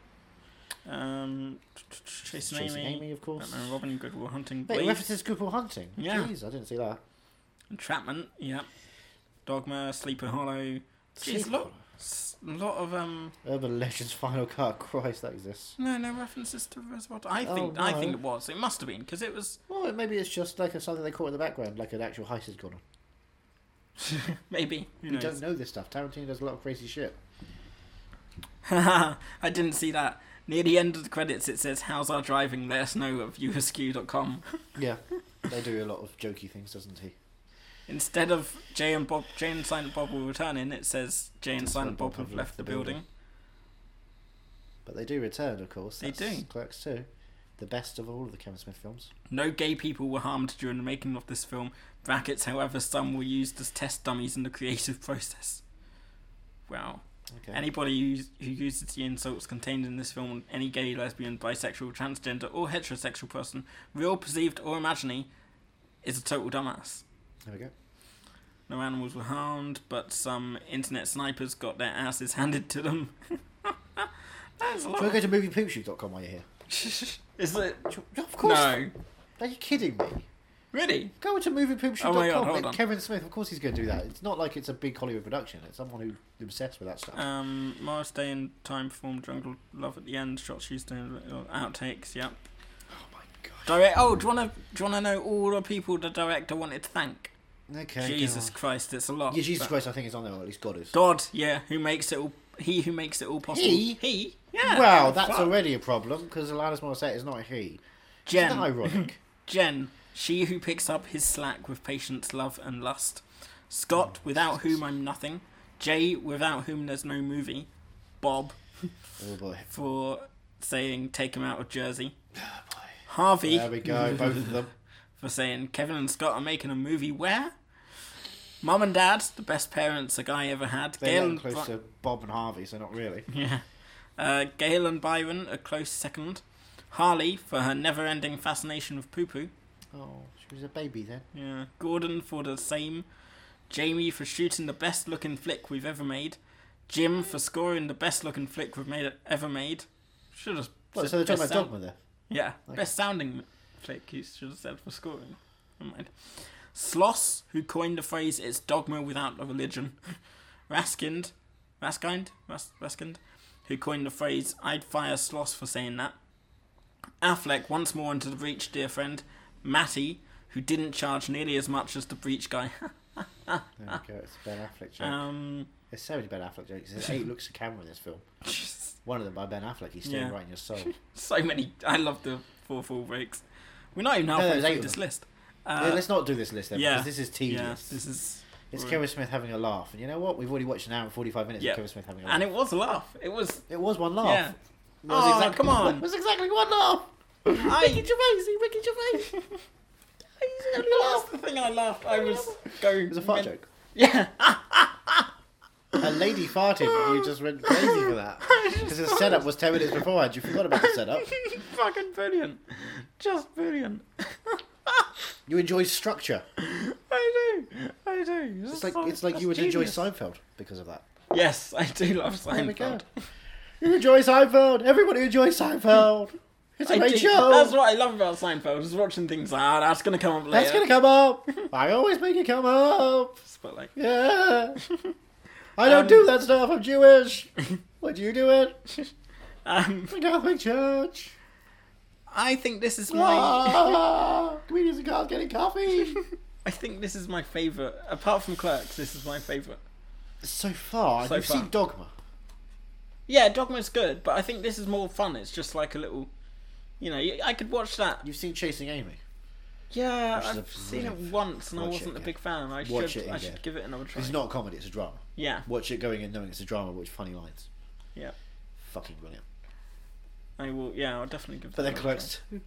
S2: Um, Chasing,
S1: Chasing
S2: Amy.
S1: Amy, of course.
S2: Batman and Robin and Good Will Hunting.
S1: Wait, it
S2: Blade.
S1: references Good Will Hunting.
S2: Yeah.
S1: Jeez, I didn't see that.
S2: Entrapment. Yeah. Dogma. Sleeper Hollow. Jeez,
S1: Sleeper
S2: lot,
S1: Hollow.
S2: s- lot of um.
S1: Urban Legends Final Cut. Christ, that exists.
S2: No, no references to Reservoir. Dogs. I
S1: Oh,
S2: think I
S1: no.
S2: think it was. It must have been because it was
S1: Well, maybe it's just like a, something they caught in the background, like an actual heist has gone on.
S2: maybe. Who
S1: We
S2: knows?
S1: don't know this stuff. Tarantino does a lot of crazy shit.
S2: I didn't see that. Near the end of the credits, it says, "How's our driving? Let us know at viewerskew.com."
S1: Yeah, they do a lot of jokey things, doesn't he?
S2: Instead of Jay and Bob, Jay and Silent Bob will return in, it says Jay and Silent Bob have left the building.
S1: But they do return, of course.
S2: They
S1: That's
S2: do.
S1: Clerks too. The best of all of the Kevin Smith films.
S2: No gay people were harmed during the making of this film. Brackets, however, some were used as test dummies in the creative process. Wow.
S1: Okay.
S2: Anybody who, who uses the insults contained in this film, any gay, lesbian, bisexual, transgender, or heterosexual person, real, perceived, or imaginary, is a total dumbass.
S1: There we go.
S2: No animals were harmed, but some internet snipers got their asses handed to them. That's a lot.
S1: Shall we go to moviepoopshoot.com while you're here?
S2: Is it?
S1: Of course.
S2: No.
S1: Are you kidding me?
S2: Really?
S1: Go to
S2: Oh my God,
S1: moviepoopshoot.com.
S2: hold
S1: Oh
S2: on.
S1: Kevin Smith, of course he's going to do that. It's not like it's a big Hollywood production. It's someone who's obsessed with that stuff.
S2: Um, Morris Day and Time Form Jungle Love at the end. Shot Tuesday little outtakes. Yep.
S1: oh my god.
S2: Direct. Oh, do you wanna do you wanna know all the people the director wanted to thank?
S1: Okay. go
S2: Jesus
S1: on.
S2: Christ, it's a lot.
S1: Yeah, Jesus
S2: but-
S1: Christ, I think it's on there, or at least God is.
S2: God, yeah, who makes it all? He who makes it all possible.
S1: He?
S2: He. Yeah.
S1: Wow, that's
S2: Fuck.
S1: already a problem because Alanis Morissette is not a he.
S2: Jen.
S1: Isn't that ironic?
S2: Jen, she who picks up his slack with patience, love, and lust.
S1: Oh,
S2: Scott, without whom I'm nothing. Jay, without whom there's no movie. Bob,
S1: oh boy.
S2: for saying take him out of Jersey. Harvey,
S1: There we go, both of them.
S2: for saying Kevin and Scott are making a movie where? Mum and Dad, the best parents a guy ever had.
S1: They're
S2: Gail,
S1: getting
S2: and
S1: close
S2: Bi-
S1: to Bob and Harvey, so not really.
S2: yeah. uh, Gail and Byron, a close second. Harley, for her never ending fascination with poo poo.
S1: Oh, she was a baby then.
S2: Yeah. Gordon, for the same. Jamie, for shooting the best looking flick we've ever made. Jim, for scoring the best looking flick we've made ever made. Should have.
S1: Well, so they're talking about Dogma there.
S2: Yeah, best sounding flick you should have said for scoring. Never mind. Sloss, who coined the phrase "it's dogma without a religion." Raskind, Raskind, Ras- Raskind, who coined the phrase "I'd fire Sloss for saying that." Affleck once more into the breach, dear friend. Matty, who didn't charge nearly as much as the breach guy.
S1: There we go. It's a Ben Affleck joke.
S2: um,
S1: There's so many Ben Affleck jokes. There's eight looks at camera in this film. One of them by Ben Affleck. He's staring
S2: Yeah.
S1: right in your soul.
S2: so many. I love the four full breaks. We're not even
S1: there's
S2: halfway
S1: eight
S2: through
S1: of
S2: this
S1: them.
S2: list. Uh,
S1: Yeah, Let's not do this list then,
S2: Yeah,
S1: because this is tedious.
S2: yeah, this is.
S1: It's Kevin Smith having a laugh, and you know what? We've already watched an hour and forty-five minutes
S2: Yeah.
S1: of Kevin Smith having a laugh.
S2: And it was a laugh. It was.
S1: it was one laugh.
S2: Yeah.
S1: It was
S2: Oh,
S1: exactly-
S2: come on.
S1: It was exactly one laugh.
S2: I,
S1: Ricky Gervais, Ricky Gervais.
S2: That's the thing I laughed. I was going. It
S1: It's a fart joke.
S2: Yeah.
S1: A lady farted, and you just went crazy for that because the setup was ten minutes beforehand. You forgot about the setup.
S2: Fucking brilliant. Just brilliant.
S1: You enjoy structure.
S2: I do. I do.
S1: It's like it's like you would enjoy Seinfeld Oh because of that.
S2: Yes, I do love Seinfeld.
S1: There we go. You enjoy Seinfeld. Everybody enjoys Seinfeld. It's a
S2: I
S1: great
S2: do-
S1: show.
S2: That's what I love about Seinfeld. Is watching things like ah, that's gonna come up later.
S1: That's gonna come up. I always make it come up.
S2: But like,
S1: Yeah. I don't do that stuff. I'm Jewish. Would you do it?
S2: um,
S1: The Catholic Church.
S2: I think this is my.
S1: Ah, comedians and cars getting coffee.
S2: I think this is my favorite. Apart from Clerks, this is my favorite.
S1: So far,
S2: So
S1: you've
S2: far.
S1: seen Dogma.
S2: Yeah, Dogma's good, but I think this is more fun. It's just like a little, you know, I could watch that
S1: You've seen Chasing Amy.
S2: Yeah,
S1: Which is
S2: I've
S1: a
S2: seen it
S1: brilliant-
S2: once and I
S1: watch it
S2: wasn't a
S1: again.
S2: big fan. I
S1: Watch
S2: should
S1: it
S2: I
S1: again.
S2: should give it another try.
S1: It's not a comedy; it's a drama.
S2: Yeah.
S1: Watch it going in knowing it's a drama with funny lines.
S2: Yeah.
S1: Fucking brilliant.
S2: I will yeah, I'll definitely give
S1: But then
S2: that another
S1: Clerks.
S2: try.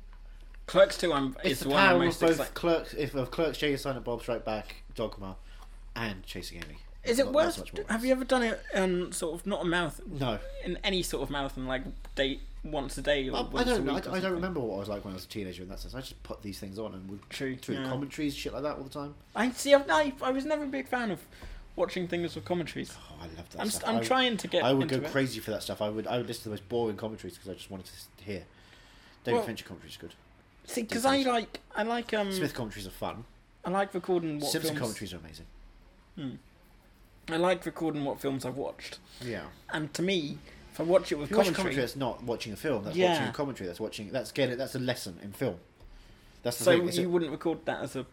S2: Clerks 2 I'm
S1: It's
S2: is
S1: the
S2: the one I'm
S1: power of
S2: most
S1: both
S2: excited.
S1: Clerks, if of Clerks, Jay and Silent Bob Strike Back, Dogma, and Chasing Amy.
S2: Is
S1: Not-
S2: it
S1: not
S2: worth
S1: so much more
S2: have you ever done it um sort of not a mouth
S1: No,
S2: in any sort of mouth and like date once a day or
S1: I, I
S2: once a
S1: don't. know. I,
S2: week or
S1: I
S2: something?
S1: don't remember what I was like when I was a teenager in that sense. I just put these things on and would
S2: True,
S1: through
S2: yeah.
S1: the commentaries, shit like that all the time.
S2: I see I've, I I was never a big fan of watching things with commentaries.
S1: Oh, I love that.
S2: I'm
S1: stuff.
S2: s- I'm
S1: I-
S2: trying to get
S1: I would
S2: into
S1: go
S2: it.
S1: crazy for that stuff. I would. I would listen to the most boring commentaries because I just wanted to s- hear. David
S2: Well-
S1: Fincher commentaries are good.
S2: See cuz I like I like um
S1: Smith commentaries are fun.
S2: I like recording what
S1: Simpson
S2: films
S1: commentaries are amazing.
S2: I like recording what films I've watched.
S1: Yeah.
S2: And to me, if I watch it with
S1: If you watch commentary, that's not watching a film. That's
S2: Yeah.
S1: watching a commentary. That's watching. That's getting. That's a lesson in film. That's the
S2: So
S1: thing. is
S2: you
S1: that-
S2: wouldn't record that as a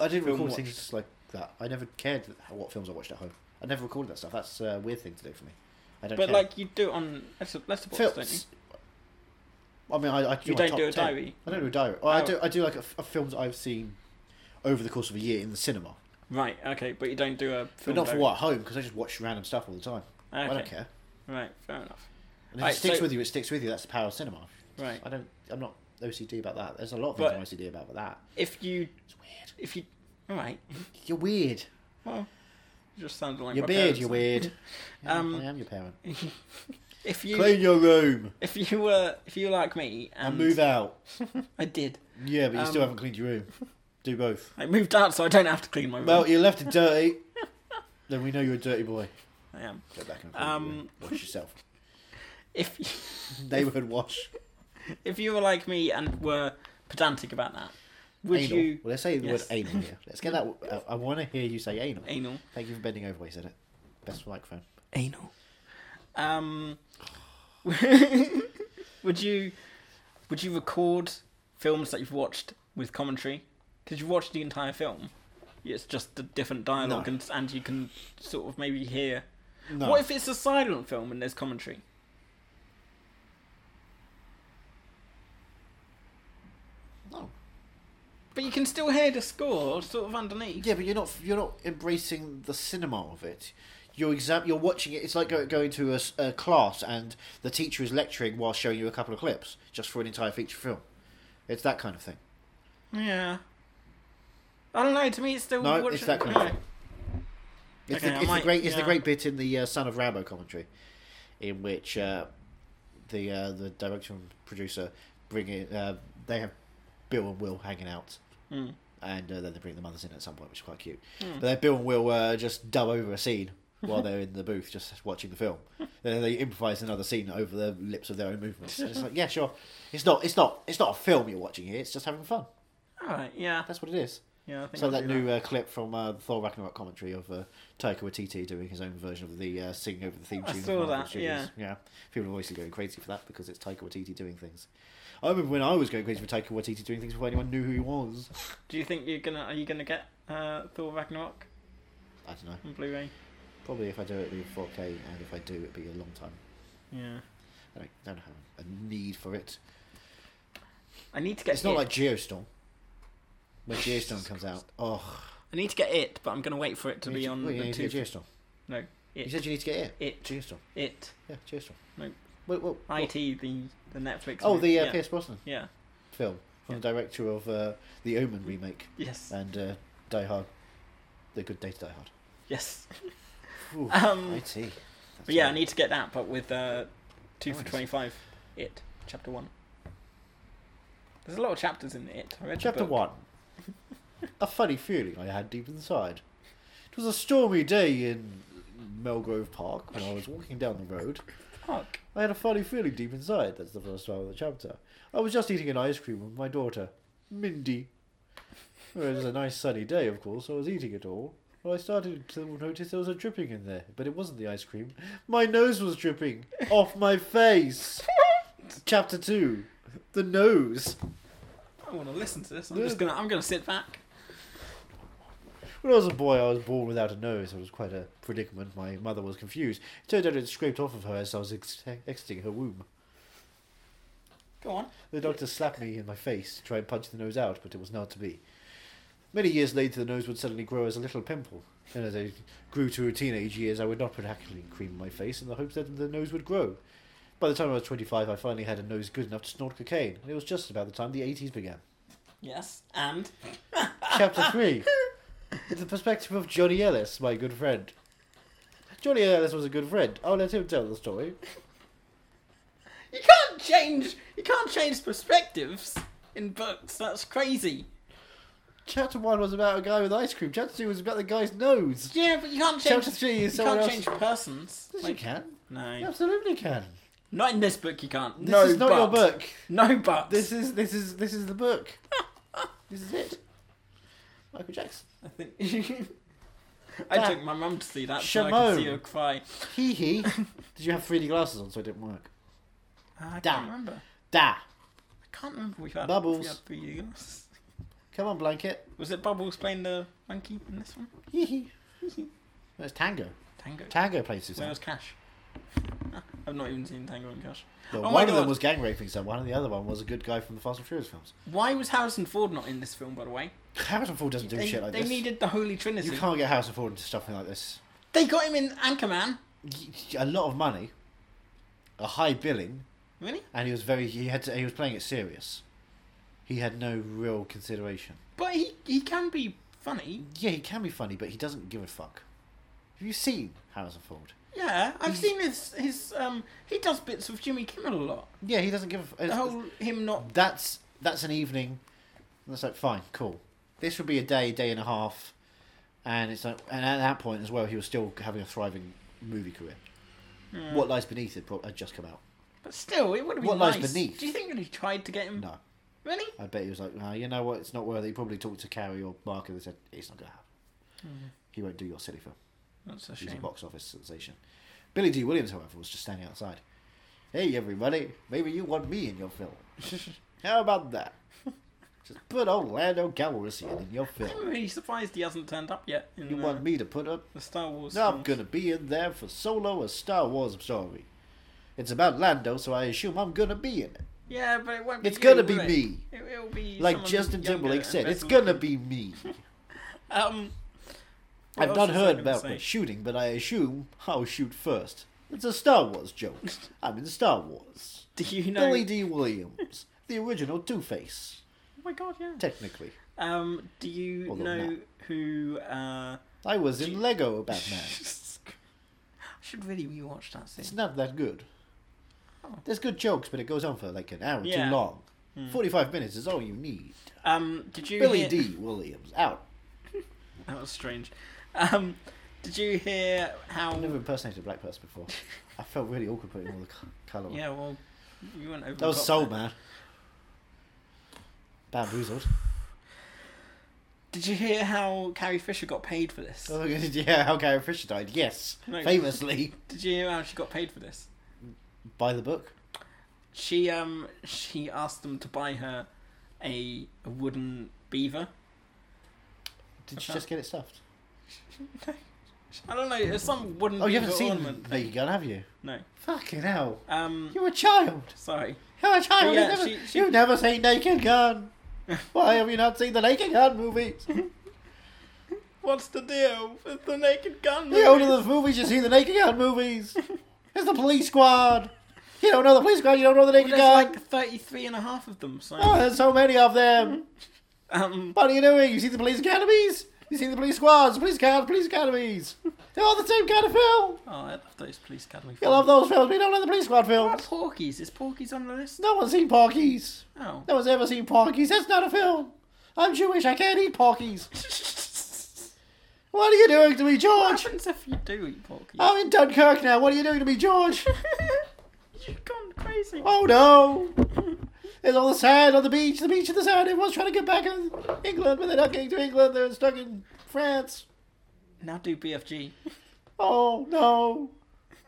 S1: I didn't
S2: film
S1: record
S2: watch.
S1: things like that. I never cared that- what films I watched at home. I never recorded that stuff. That's a weird thing to do for me. I don't.
S2: but
S1: care.
S2: like you do it on Letter- Letterboxd, don't you?
S1: films. I mean, I, I do
S2: You
S1: my
S2: don't
S1: top
S2: do a
S1: 10.
S2: diary?
S1: I don't do a diary. Well, I
S2: Oh.
S1: do. I do like a, f- a films I've seen over the course of a year in the cinema,
S2: Right, okay, but you don't do a film
S1: but not for
S2: diary.
S1: what at home because I just watch random stuff all the time. I don't
S2: Okay.
S1: care.
S2: Right, fair enough.
S1: And if
S2: Right,
S1: it sticks
S2: so-
S1: with you, it sticks with you. That's the power of cinema.
S2: Right.
S1: I don't. I'm not OCD about that. There's a lot of things
S2: But-
S1: I'm OCD about, but that
S2: If you
S1: it's weird.
S2: if you all right,
S1: You're weird.
S2: well, you just sounded like
S1: Your
S2: my
S1: beard.
S2: parents.
S1: You're weird. Yeah,
S2: Um,
S1: I am your parent.
S2: If you
S1: Clean your room
S2: if you were if you were like me and,
S1: and move out.
S2: I did.
S1: Yeah, but you still
S2: Um,
S1: haven't cleaned your room. Do both.
S2: I moved out so I don't have to clean my room.
S1: Well, you left it dirty. then we know you're a dirty boy.
S2: I am.
S1: Go back and clean your
S2: Um,
S1: room. wash yourself.
S2: If you,
S1: Neighborhood wash.
S2: if you were like me and were pedantic about that, would
S1: anal.
S2: you
S1: Well, let's say the
S2: Yes.
S1: word anal here. Let's get that. uh, I, I want to hear you say anal.
S2: anal
S1: Thank you for bending over. while You said it. Best microphone.
S2: anal. Um, would you would you record films that you've watched with commentary? Because you've watched the entire film. It's just the different dialogue,
S1: No.
S2: and, and you can sort of maybe hear.
S1: No.
S2: What if it's a silent film and there's commentary? Oh.
S1: No.
S2: But you can still hear the score sort of underneath.
S1: Yeah, but you're not you're not embracing the cinema of it. You're exam- you're watching it. It's like go- going to a, s- a class and the teacher is lecturing while showing you a couple of clips just for an entire feature film. It's that kind of thing.
S2: Yeah. I don't know. To me, it's still
S1: No,
S2: watching-
S1: it's that kind
S2: no.
S1: of thing. It's,
S2: Okay,
S1: the,
S2: I
S1: it's, the
S2: might-
S1: great, it's the
S2: yeah.
S1: great bit in the uh, Son of Rambo commentary, in which uh, the uh, the director and producer bring in. Uh, they have Bill and Will hanging out,
S2: Hmm.
S1: and uh, then they bring the mothers in at some point, which is quite cute. But then Bill and Will uh, just dub over a scene while they're in the booth just watching the film. then they improvise another scene over the lips of their own movements. And it's like, yeah, sure. It's not. It's not. It's not a film you're watching here. It's just having fun.
S2: Alright, yeah.
S1: That's what it is.
S2: Yeah, I think
S1: So
S2: I'll
S1: that
S2: do
S1: new Uh, clip from uh, Thor Ragnarok commentary of uh, Taika Waititi doing his own version of the uh, singing over the theme
S2: I
S1: tune. of
S2: saw
S1: Marvel
S2: that,
S1: Studios. yeah. People are obviously going crazy for that because it's Taika Waititi doing things. I remember when I was going crazy for Taika Waititi doing things before anyone knew who he was.
S2: Do you think you're gonna are you gonna get uh, Thor Ragnarok
S1: I don't know.
S2: on Blu-ray?
S1: Probably if I do it, it'll be 4K, and if I do, it'll be a long time.
S2: Yeah.
S1: I don't, don't have a need for it.
S2: I need to get.
S1: It's not
S2: it.
S1: like Geostorm. When Geostorm comes out, oh,
S2: I need to get it, but I'm gonna wait for it to
S1: you need
S2: be
S1: to-
S2: on
S1: well, you
S2: the
S1: need to
S2: two.
S1: get Geostorm.
S2: No,
S1: You
S2: it,
S1: said you need to get it.
S2: It.
S1: Geostorm.
S2: it,
S1: Yeah, Geostorm.
S2: No.
S1: Well, well,
S2: it, the the Netflix.
S1: Oh,
S2: movie,
S1: the uh,
S2: yeah.
S1: Pierce Brosnan
S2: Yeah.
S1: film from the director of uh, the Omen remake
S2: Yes.
S1: and uh, Die Hard, The Good Day to Die Hard.
S2: yes.
S1: Ooh,
S2: Um,
S1: I see.
S2: But yeah, I
S1: right.
S2: need to get that, but with uh, two for
S1: Nice.
S2: twenty-five. It chapter one. There's a lot of chapters in it. I read the
S1: Chapter
S2: book.
S1: one. a funny feeling I had deep inside. It was a stormy day in Melgrove Park when I was walking down the road.
S2: Fuck.
S1: I had a funny feeling deep inside. That's the first part of the chapter. I was just eating an ice cream with my daughter, Mindy. Well, it was a nice sunny day, of course, so I was eating it all. Well, I started to notice there was a dripping in there, but it wasn't the ice cream. My nose was dripping off my face. chapter 2 The Nose.
S2: I want to listen to this. I'm just gonna. I'm gonna sit back.
S1: When I was a boy, I was born without a nose. It was quite a predicament. My mother was confused. It turned out it scraped off of her as I was ex- exiting her womb.
S2: Go on.
S1: The doctor slapped me in my face to try and punch the nose out, but it was not to be. Many years later, the nose would suddenly grow as a little pimple, and as I grew to teenage years, I would not put acne cream in my face in the hopes that the nose would grow. By the time I was 25, I finally had a nose good enough to snort cocaine, and it was just about the time the 80s began.
S2: Yes. And
S1: Chapter 3 It's the perspective of Johnny Ellis, my good friend. Johnny Ellis was a good friend. I'll let him tell the story.
S2: you can't change. You can't change perspectives in books. That's crazy.
S1: Chapter 1 was about a guy with ice cream, chapter 2 was about the guy's nose.
S2: Yeah, but you can't change.
S1: Chapter three is
S2: you
S1: someone
S2: can't
S1: else-
S2: change persons.
S1: Yes, you
S2: Like,
S1: can.
S2: no,
S1: You absolutely can.
S2: not in this book. You can't.
S1: This
S2: no,
S1: is not
S2: but.
S1: your book.
S2: No, but
S1: This is this is this is the book. this is it. Michael Jackson.
S2: I think. I took my mum to see that, so I could
S1: Shimon.
S2: see her cry.
S1: Hee hee. Did you have 3D glasses on so it didn't work?
S2: I
S1: Damn.
S2: can't remember.
S1: Da.
S2: I can't remember if we had
S1: Bubbles.
S2: if we had 3D glasses.
S1: Come on, blanket.
S2: Was it Bubbles playing the monkey in this one?
S1: Hee hee. That's Tango.
S2: Tango.
S1: Tango plays
S2: Where
S1: Suzanne.
S2: was Cash? I've not even seen Tango and Cash.
S1: Well,
S2: Oh
S1: one
S2: my
S1: of them
S2: God.
S1: was gang raping someone, and the other one was a good guy from the Fast and Furious films.
S2: Why was Harrison Ford not in this film, by the way?
S1: Harrison Ford doesn't do
S2: They,
S1: shit like
S2: they
S1: this.
S2: needed the Holy Trinity.
S1: You can't get Harrison Ford into something like this.
S2: They got him in Anchorman.
S1: Y- A lot of money, a high billing,
S2: Really?
S1: and he was very he had to, he was playing it serious. He had no real consideration.
S2: But he, he can be funny.
S1: Yeah, he can be funny, but he doesn't give a fuck. Have you seen Harrison Ford?
S2: Yeah, I've
S1: Mm.
S2: seen his his um. He does bits with Jimmy Kimmel a lot.
S1: Yeah, he doesn't give a fuck.
S2: The whole him not.
S1: That's that's an evening. And it's like fine, cool. This would be a day, day and a half, and it's like, and at that point as well, he was still having a thriving movie career.
S2: Hmm.
S1: What lies beneath it pro- had just come out.
S2: But still, it would have been
S1: What lies
S2: nice.
S1: beneath?
S2: Do you think that he tried to get him?
S1: No,
S2: Really?
S1: I bet he was like, no, you know what? It's not worth it. He probably talked to Carrie or Mark and they said it's not going to happen.
S2: Hmm.
S1: He won't do your silly film.
S2: That's a
S1: He's a
S2: shame.
S1: box office sensation. Billy D. Williams, however, was just standing outside. Hey, everybody, maybe you want me in your film. How about that? Just put old Lando Calrissian in your
S2: I'm
S1: film.
S2: really surprised he hasn't turned up yet in
S1: You
S2: uh,
S1: want me to put up?
S2: the Star Wars.
S1: I'm
S2: films.
S1: gonna be in there for Solo, a Star Wars story. It's about Lando, so I assume I'm gonna be in it.
S2: Yeah, but it won't. Be
S1: It's
S2: you,
S1: gonna
S2: will
S1: be
S2: it?
S1: me.
S2: It, will be
S1: Like
S2: someone
S1: Justin
S2: younger
S1: Timberlake
S2: and
S1: said,
S2: better
S1: it's gonna be
S2: looking.
S1: me.
S2: Um,
S1: I've
S2: else
S1: not
S2: was I
S1: heard
S2: gonna
S1: about
S2: say?
S1: the shooting, but I assume I'll shoot first. It's a Star Wars joke. I'm in Star Wars.
S2: do you know?
S1: Billy D. Williams, the original Two Face,
S2: Oh my god, yeah.
S1: technically.
S2: Um, do you
S1: Hold on,
S2: know
S1: Matt.
S2: who uh,
S1: I was in Lego Batman.
S2: I should really rewatch that
S1: It's
S2: scene.
S1: not that good. There's good jokes, but it goes on for like an hour
S2: Yeah.
S1: too long. Forty-five minutes is all you need.
S2: Um, did you
S1: Billy
S2: hear-
S1: D. Williams out.
S2: That was strange. Um, did you hear how?
S1: I've never impersonated a black person before. I felt really awkward putting all the c- colour on.
S2: Yeah, well, you went over.
S1: that
S2: the
S1: was
S2: top
S1: Soul
S2: there.
S1: Man. Bamboozled.
S2: Did you hear how Carrie Fisher got paid for this?
S1: Oh, yeah, how Carrie Fisher died. Yes,
S2: No.
S1: famously
S2: Did you hear how she got paid for this?
S1: by the book.
S2: She um she asked them to buy her a, a wooden beaver.
S1: Did she just get it stuffed?
S2: I don't know, it's some wooden.
S1: Oh, you haven't
S2: beaver
S1: seen
S2: ornament
S1: There you
S2: thing.
S1: go, have you?
S2: No.
S1: Fucking hell!
S2: Um,
S1: You're a child.
S2: sorry.
S1: You're a child.
S2: Yeah,
S1: you've, never,
S2: she- she-
S1: you've never seen Naked Gun. Why have you not seen the Naked Gun movies?
S2: What's the deal with the naked gun?
S1: You go to the movies, you see the Naked Gun movies. It's the police squad. You don't know the police squad, you don't know the Naked
S2: There's
S1: Gun.
S2: like 33 and a half of them, so.
S1: Oh, there's so many of them.
S2: Um,
S1: What are you doing? You see the police academies? You see the police squads, the police cars, police academies. They're all the same kind of film.
S2: oh, I love those police academy films.
S1: You love those films, but you don't know the police squad
S2: What
S1: films.
S2: about Porky's? Is Porky's on the list?
S1: No one's seen Porky's.
S2: No.
S1: No one's ever seen Porky's. That's not a film. I'm Jewish. I can't eat Porky's. What are you doing to me,
S2: What
S1: George?
S2: happens if you do eat Porky's?
S1: I'm in Dunkirk now. What are you doing to me, George?
S2: You've gone crazy.
S1: Oh no! There's all the sand on the beach, the beach and the sand. Everyone's trying to get back in England, but they're not getting to England. They're stuck in France.
S2: Now do BFG.
S1: Oh no!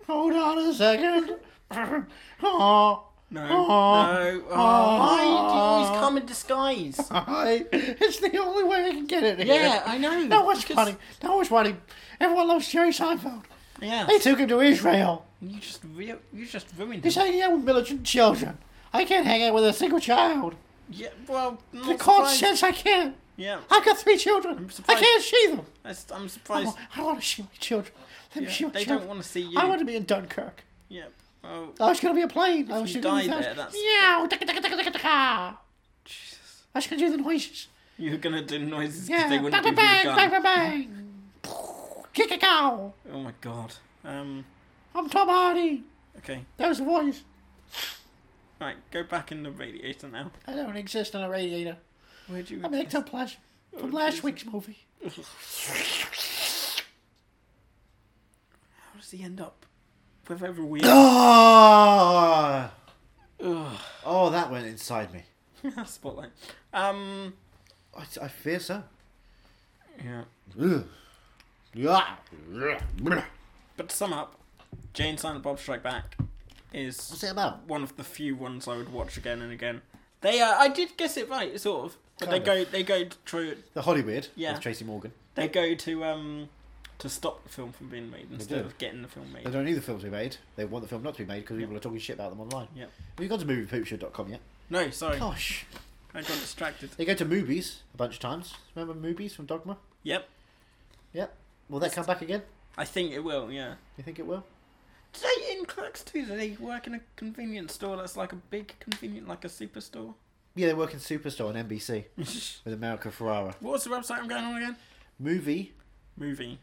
S1: Hold on a second. oh,
S2: No.
S1: Aw.
S2: No. Oh, why do you always come in
S1: Oh.
S2: disguise?
S1: I, it's the only way I can get it here.
S2: yeah, I know.
S1: No one's
S2: because-
S1: funny. No one's funny. Everyone loves Jerry Seinfeld.
S2: Yeah.
S1: They took him to Israel.
S2: You just re- you just ruined
S1: He's
S2: it.
S1: hanging out with militant children. I can't hang out with a single child.
S2: Yeah, well, not
S1: The court
S2: surprised.
S1: says I can't.
S2: Yeah,
S1: I've got three children. I
S2: surprised-
S1: can't see them.
S2: that's- I'm
S1: I
S2: surprised.
S1: want, I want to see my children. Let me
S2: Yeah,
S1: see my
S2: they
S1: children.
S2: don't want to see you.
S1: I want to be in Dunkirk.
S2: Yeah. Oh,
S1: I was going to be a plane. I was
S2: you
S1: gonna be
S2: die
S1: fast.
S2: there, that's-
S1: Meow. Taka, taka, taka, taka, taka. I
S2: Jesus.
S1: was going to do the noises.
S2: You're gonna do noises because
S1: Yeah.
S2: they
S1: Bang,
S2: wouldn't
S1: bang,
S2: give
S1: bang,
S2: you a
S1: bang,
S2: gun.
S1: bang, bang. Kick a cow.
S2: Oh my god. Um.
S1: I'm Tom Hardy.
S2: Okay.
S1: That was the voice.
S2: Right. Go back in the radiator now.
S1: I don't exist on a radiator.
S2: Where'd you?
S1: I'm ectoplasm from last week's movie.
S2: How does he end up with every weird?
S1: Oh, oh that went inside me.
S2: Spotlight. Um.
S1: I, I fear so.
S2: Yeah.
S1: Ugh. Yeah. Blah.
S2: But to sum up, Jane Silent Bob Strike Back
S1: What's
S2: is
S1: it about?
S2: one of the few ones I would watch again and again. They uh, I did guess it right, sort of. But
S1: Kind
S2: they go they go through
S1: The Hollywood
S2: Yeah.
S1: with Tracy Morgan.
S2: they go to um to stop the film from being made instead
S1: do.
S2: of getting the film made.
S1: They don't need the film to be made. They want the film not to be made because people are talking shit about them online.
S2: Yep.
S1: Have you gone to moviepoopshow.com yet?
S2: No, sorry.
S1: Gosh.
S2: I got distracted.
S1: They go to movies a bunch of times. Remember movies from Dogma?
S2: Yep.
S1: Yep. Will that come back again?
S2: I think it will, yeah.
S1: You think it will?
S2: Do they in clerks too? Do they work in a convenience store that's like a big convenient like a superstore?
S1: Yeah, they work in Superstore on NBC with America Ferrara.
S2: What was the website I'm going on again?
S1: Movie,
S2: Movie.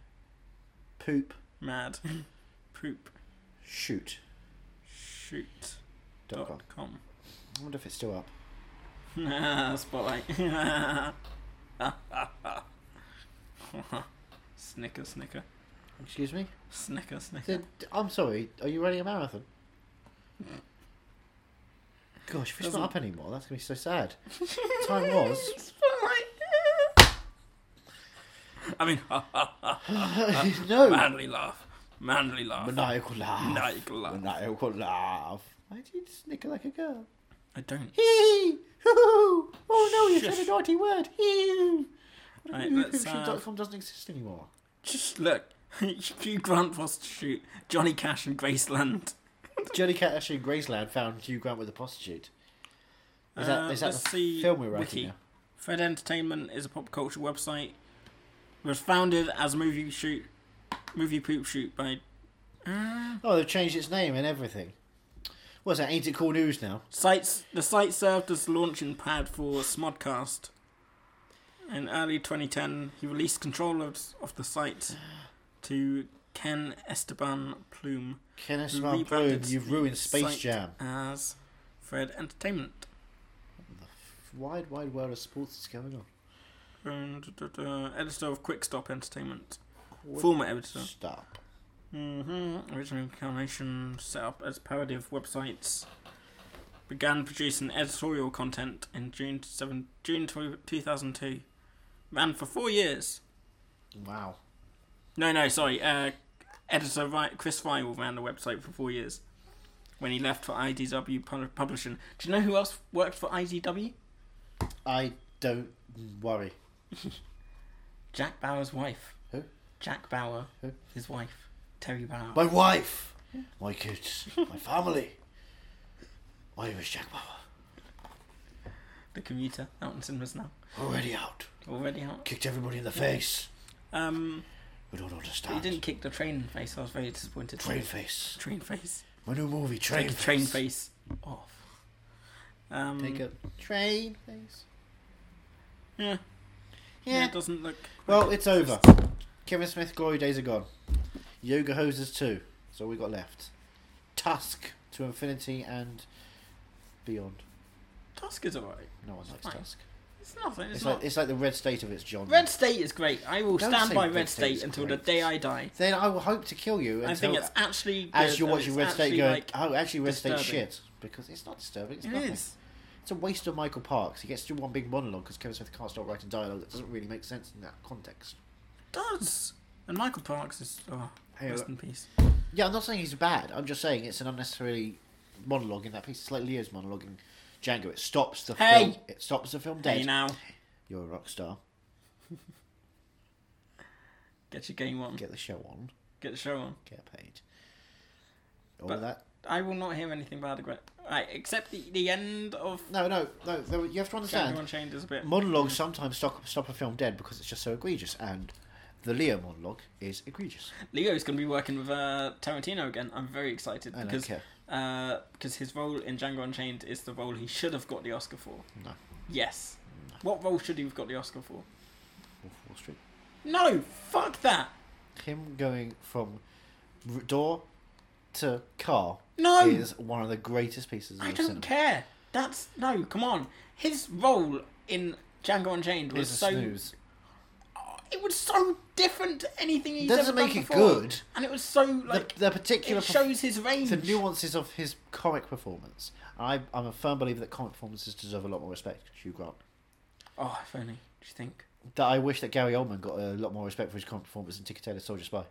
S1: poop,
S2: Mad. Poop.
S1: shoot.
S2: Shoot.
S1: Dot com.
S2: Dot com.
S1: I wonder if it's still up.
S2: Spotlight. snicker, snicker.
S1: Excuse me?
S2: Snicker, snicker.
S1: Did, I'm sorry, are you running a marathon? Gosh, if it's
S2: Doesn't-
S1: not up anymore, that's going to be so sad. Time was
S2: Spotlight. I mean,
S1: no
S2: manly laugh. Manly laugh.
S1: maniacal laugh.
S2: Maniacal laugh.
S1: Maniacal laugh. Why do you snicker like a girl?
S2: I don't.
S1: Hee! Hoo! Oh no, you said
S2: Shush.
S1: a naughty word. Hee!
S2: Right, let's have...
S1: Nuclearfusion.com doesn't exist anymore.
S2: Just look. Hugh Grant prostitute, Johnny Cash and Graceland.
S1: Johnny Cat actually in Graceland found Hugh Grant with a prostitute. Is that,
S2: Uh,
S1: is that
S2: let's
S1: the
S2: see
S1: film we're
S2: Wiki.
S1: writing now?
S2: Fred Entertainment is a pop culture website. It was founded as movie shoot, movie poop shoot by
S1: Oh, they've changed its name and everything. What's that? Ain't it cool news now?
S2: Sites, the site served as launching pad for Smodcast, In early 2010, he released control of, of the site to Ken Esteban Plume,
S5: Kenneth
S2: who
S5: Van Plume,
S2: rebranded
S5: you've ruined
S2: the
S5: Space
S2: site
S5: Jam.
S2: as Fred Entertainment.
S5: Wide, wide world of sports is going on.
S2: Um, duh, duh, duh, editor of Quick Stop Entertainment. Former editor.
S5: Stop.
S2: Mm-hmm. Original incarnation set up as parody of websites. Began producing editorial content in June seven June tw- 2002. Ran for four years.
S5: Wow.
S2: No, no, sorry. Uh, editor Vi- Chris Vial ran the website for four years when he left for IDW Pub- Publishing. Do you know who else worked for IDW?
S5: I don't worry.
S2: Jack Bauer's wife.
S5: Who?
S2: Jack Bauer,
S5: Who?
S2: his wife, Terry Bauer.
S5: My wife, my kids, my family. My name is Jack Bauer.
S2: The commuter out in cinemas now.
S5: Already out.
S2: Already out.
S5: Kicked everybody in the face.
S2: Um,
S5: We don't understand.
S2: he didn't kick the train in the face. I was very disappointed.
S5: Train face.
S2: Train face.
S5: My new movie, Train
S2: Take the train face off. Um,
S5: Take a train face.
S2: yeah, yeah. It doesn't look.
S5: Well, it's over. Kevin Smith glory days are gone. Yoga hoses too. That's all we got left. Tusk to infinity and beyond.
S2: Tusk is alright.
S5: No one likes
S2: fine.
S5: Tusk.
S2: It's nothing. It's,
S5: It's
S2: not.
S5: like it's like the red state of its genre.
S2: Red State is great. I will
S5: Don't
S2: stand
S5: say
S2: by
S5: Red
S2: Red
S5: State
S2: State
S5: is
S2: until the
S5: great.
S2: day I die.
S5: Then I will hope to kill you. Until,
S2: I think it's actually
S5: as
S2: good
S5: you're
S2: and
S5: watching
S2: it's
S5: Red State
S2: actually,
S5: going,
S2: like,
S5: oh, actually Red State's
S2: disturbing.
S5: shit because it's not disturbing. It's
S2: It
S5: nothing.
S2: is.
S5: It's a waste of Michael Parks. He gets to do one big monologue because Kevin Smith can't stop writing dialogue that doesn't really make sense in that context.
S2: It does. And Michael Parks is oh,
S5: Hey,
S2: rest
S5: look.
S2: in peace.
S5: Yeah, I'm not saying he's bad. I'm just saying it's an unnecessary monologue in that piece. It's like Leo's monologue in Django. It stops the
S2: Hey!
S5: film. It stops the film dead.
S2: Hey now,
S5: You're a rock star.
S2: get your game on. Get,
S5: Get the show on.
S2: the show on.
S5: Get paid. All
S2: But-
S5: of that.
S2: I will not hear anything bad about. Right, except the, the end of
S5: No, no, no. there- You have to
S2: Everyone
S5: understand.
S2: changes a bit.
S5: Monologues sometimes stop stop a film dead because it's just so egregious. And the Leo monologue is egregious.
S2: Leo's going to be working with uh, Tarantino again. I'm very excited
S5: I don't
S2: because
S5: care.
S2: uh, because his role in Django Unchained is the role he should have got the Oscar for.
S5: No.
S2: Yes. What role should he have got the Oscar for?
S5: Wolf of Wall Street.
S2: No, fuck that.
S5: Him going from r- door to car
S2: No.
S5: is one of the greatest pieces of
S2: I
S5: cinema.
S2: don't care. That's no. Come on. His role in Django Unchained was
S5: It's a
S2: so
S5: snooze.
S2: it was so different to anything he's
S5: Doesn't
S2: ever
S5: make
S2: done
S5: it
S2: before.
S5: good.
S2: And it was so like
S5: the, the particular
S2: it
S5: perf-
S2: shows his range.
S5: the nuances of his comic performance. I, I'm a firm believer that comic performances deserve a lot more respect. Hugh Grant.
S2: Oh, if only. Do you think?
S5: That I wish that Gary Oldman got a lot more respect for his comic performance than Tinker Tailor Soldier Spy.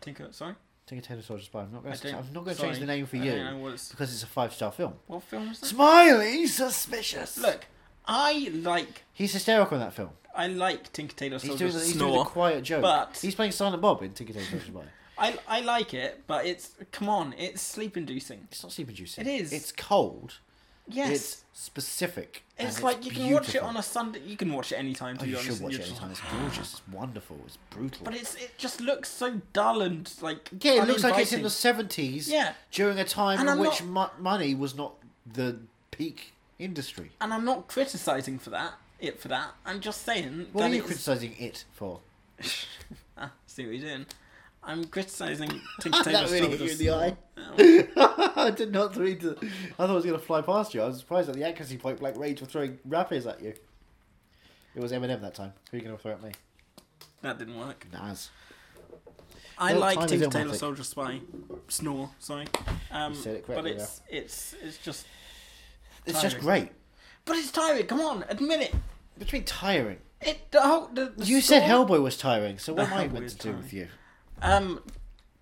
S2: Tinker, sorry.
S5: Tinker Tailor Soldier Spy. I'm not
S2: I
S5: going
S2: don't-
S5: to. I'm not going to change
S2: sorry.
S5: the name for
S2: I
S5: you
S2: don't know what it's-
S5: because it's a five star film.
S2: What film is that?
S5: Smiley suspicious.
S2: Look, I like
S5: he's hysterical in that film.
S2: I like Tinker Tailor
S5: He's
S2: Soldier
S5: doing, the, he's doing
S2: Snore,
S5: the quiet joke.
S2: but
S5: he's playing Silent Bob in Tinker Tailor Soldier Spy.
S2: I I like it, but it's come on, it's sleep inducing.
S5: It's not sleep inducing.
S2: It is.
S5: It's cold.
S2: Yes,
S5: It's specific. and
S2: it's like you can watch it
S5: beautiful.
S2: on a Sunday. You can watch it anytime. To
S5: Oh,
S2: be
S5: you
S2: honest,
S5: should watch
S2: you're
S5: it
S2: just
S5: anytime.
S2: like-
S5: It's gorgeous. It's wonderful. It's brutal.
S2: But it's it just looks so dull and like
S5: yeah, it looks like it's in
S2: uninviting.
S5: the seventies.
S2: Yeah.
S5: during a time
S2: And
S5: in
S2: I'm
S5: which
S2: not-
S5: mo- money was not the peak industry.
S2: And I'm not criticizing for that. It for that. I'm just saying.
S5: What
S2: that
S5: are you
S2: it's-
S5: criticizing it for?
S2: Ah, see what you're doing. I'm criticizing Tinker Tailor
S5: that really hit
S2: Soldier
S5: you in the
S2: Snore.
S5: eye. I did not read the. I thought it was going to fly past you. I was surprised at the accuracy point blank range for throwing rapiers at you. It was Eminem that time. Who are you going to throw at me?
S2: That didn't work.
S5: Naz.
S2: I
S5: Well, time
S2: like
S5: is
S2: Tinker
S5: ill,
S2: Tailor
S5: Matthew.
S2: Soldier Spy. Snore, sorry. Um,
S5: said it
S2: but
S5: correctly
S2: it's it's it's just
S5: It's just
S2: Tiring.
S5: great.
S2: But it's tiring, come on, admit it.
S5: Between tiring.
S2: It the whole the, the
S5: You said
S2: score-
S5: Hellboy was tiring, so what am I
S2: Hellboy
S5: meant
S2: is
S5: to do with
S2: tiring.
S5: you?
S2: Um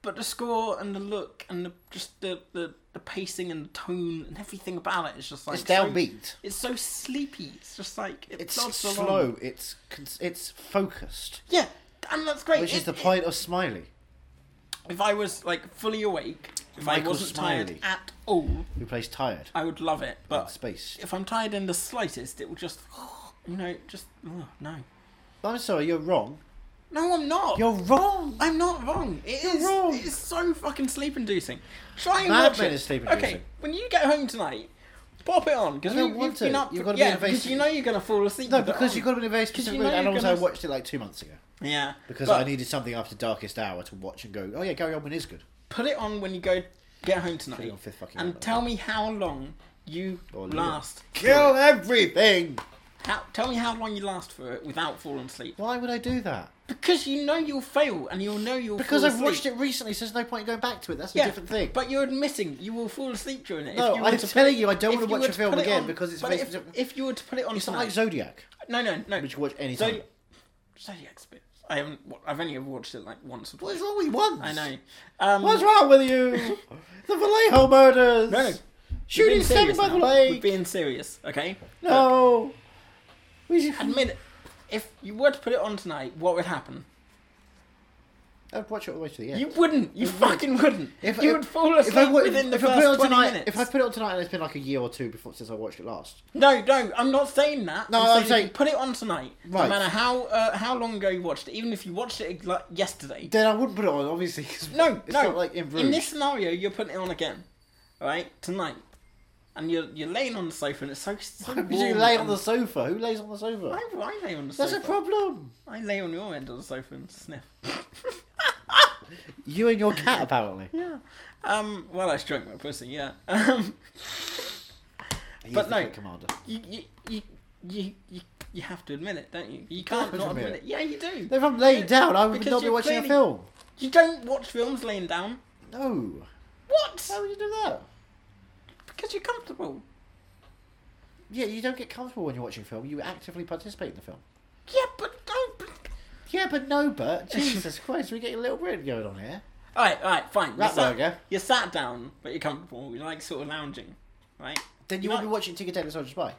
S2: but the score and the look and the, just the, the, the pacing and the tone and everything about it is just like
S5: It's
S2: so-
S5: downbeat.
S2: it's so sleepy. It's just like it
S5: It's
S2: plods along.
S5: slow. It's cons- it's focused,
S2: Yeah, and that's great.
S5: which is
S2: It-
S5: the point of Smiley,
S2: If I was like fully awake, if I
S5: Michael
S2: wasn't
S5: Smiley.
S2: tired at all,
S5: who plays tired.
S2: I would love it. But
S5: in space.
S2: if I'm tired in the slightest, it will just you know just oh, no.
S5: I'm sorry, you're wrong.
S2: No, I'm not.
S5: You're wrong.
S2: I'm not wrong. It is.
S5: wrong.
S2: It is so fucking sleep inducing. Try and
S5: Mad
S2: watch
S5: Men
S2: it.
S5: is sleep
S2: Okay,
S5: inducing.
S2: when you get home tonight, Pop it on because
S5: I don't
S2: you,
S5: want
S2: you've been
S5: to.
S2: up.
S5: You've gotta be
S2: yeah,
S5: invasive.
S2: because you know you're gonna fall asleep.
S5: No,
S2: with it
S5: because
S2: on.
S5: you got to be in a very
S2: 'Cause you
S5: specific
S2: know
S5: mood, and
S2: you're
S5: also
S2: gonna-
S5: I watched it like two months ago
S2: Yeah,
S5: because
S2: but
S5: I needed something after darkest hour to watch and go. Oh yeah, Gary Oldman is good.
S2: Put it on when you go get home tonight.
S5: it on fifth fucking
S2: and
S5: hour.
S2: tell me how long you
S5: Or leave it.
S2: last.
S5: Kill everything.
S2: How, tell me how long you last for it without falling asleep.
S5: Why would I do that?
S2: Because you know you'll fail and you'll know you'll.
S5: Because
S2: fall
S5: I've watched
S2: asleep.
S5: it recently, so there's no point in going back to it. That's a different thing.
S2: But you're admitting you will fall asleep during it.
S5: No,
S2: if you were
S5: I'm
S2: to
S5: telling you, I don't
S2: if
S5: want to
S2: you were
S5: watch a
S2: to
S5: film
S2: put it
S5: again
S2: on-
S5: because it's
S2: But if,
S5: based.
S2: if you were to put it on,
S5: It's not
S2: tonight-
S5: like Zodiac.
S2: No, no, no.
S5: Which you watch any
S2: Zodi-
S5: time.
S2: Zodiac's bit. I haven't. wa- I've only ever watched it like once or
S5: What
S2: twice.
S5: is all we want?
S2: I know. Um,
S5: What's wrong with you? the Vallejo murders.
S2: No, no. we're
S5: Shooting
S2: being
S5: second
S2: serious
S5: by the
S2: now.
S5: lake.
S2: We're being serious, okay?
S5: no. We should...
S2: Admit it. If you were to put it on tonight, what would happen?
S5: I'd watch it all the way to the end.
S2: You wouldn't. You fucking wouldn't.
S5: If-
S2: you
S5: if-
S2: would fall asleep
S5: wa-
S2: within the
S5: if
S2: first
S5: I put it on
S2: 20
S5: tonight,
S2: minutes.
S5: if I put it on tonight, and it's been like a year or two before since I watched it last.
S2: No, no, I'm not saying that.
S5: No, I'm
S2: if
S5: saying-
S2: you put it on tonight.
S5: Right.
S2: No matter how uh, how long ago you watched it, even if you watched it like yesterday.
S5: Then I wouldn't put it on, obviously. 'cause
S2: no,
S5: it's
S2: no.
S5: not like in, Bruges.
S2: this scenario, you're putting it on again, right? Tonight, and you're you're laying on the sofa, and it's so. so
S5: Why would you
S2: warm
S5: lay on
S2: and-
S5: the sofa? Who lays on the sofa?
S2: I, I lay on the
S5: That's a
S2: sofa.
S5: problem.
S2: I lay on your end of the sofa and sniff.
S5: You and your cat, apparently.
S2: Um, well, I stroke my pussy, yeah. Um,
S5: He's
S2: But
S5: the
S2: no.
S5: Fleet commander.
S2: you, you, you, you, you, you have to admit it, don't you? You can't
S5: course
S2: not
S5: I admit
S2: admit it.
S5: it.
S2: Yeah, you do.
S5: If I'm laying down, I would
S2: Because
S5: not be
S2: you're
S5: watching a
S2: clearly-
S5: film.
S2: You don't watch films laying down.
S5: No.
S2: What?
S5: How would you do that?
S2: Because you're comfortable.
S5: Yeah, you don't get comfortable when you're watching a film. You actively participate in the film.
S2: Yeah, but don't. But...
S5: Yeah, but no, but Jesus Christ, we get a little bit going on here.
S2: All right, all right, fine.
S5: Rat
S2: you're, sat,
S5: burger.
S2: you're sat down, but you're comfortable. You're like sort of lounging, right?
S5: Then you
S2: You're
S5: won't be
S2: not-
S5: watching Ticket Taylor Soldier Spy.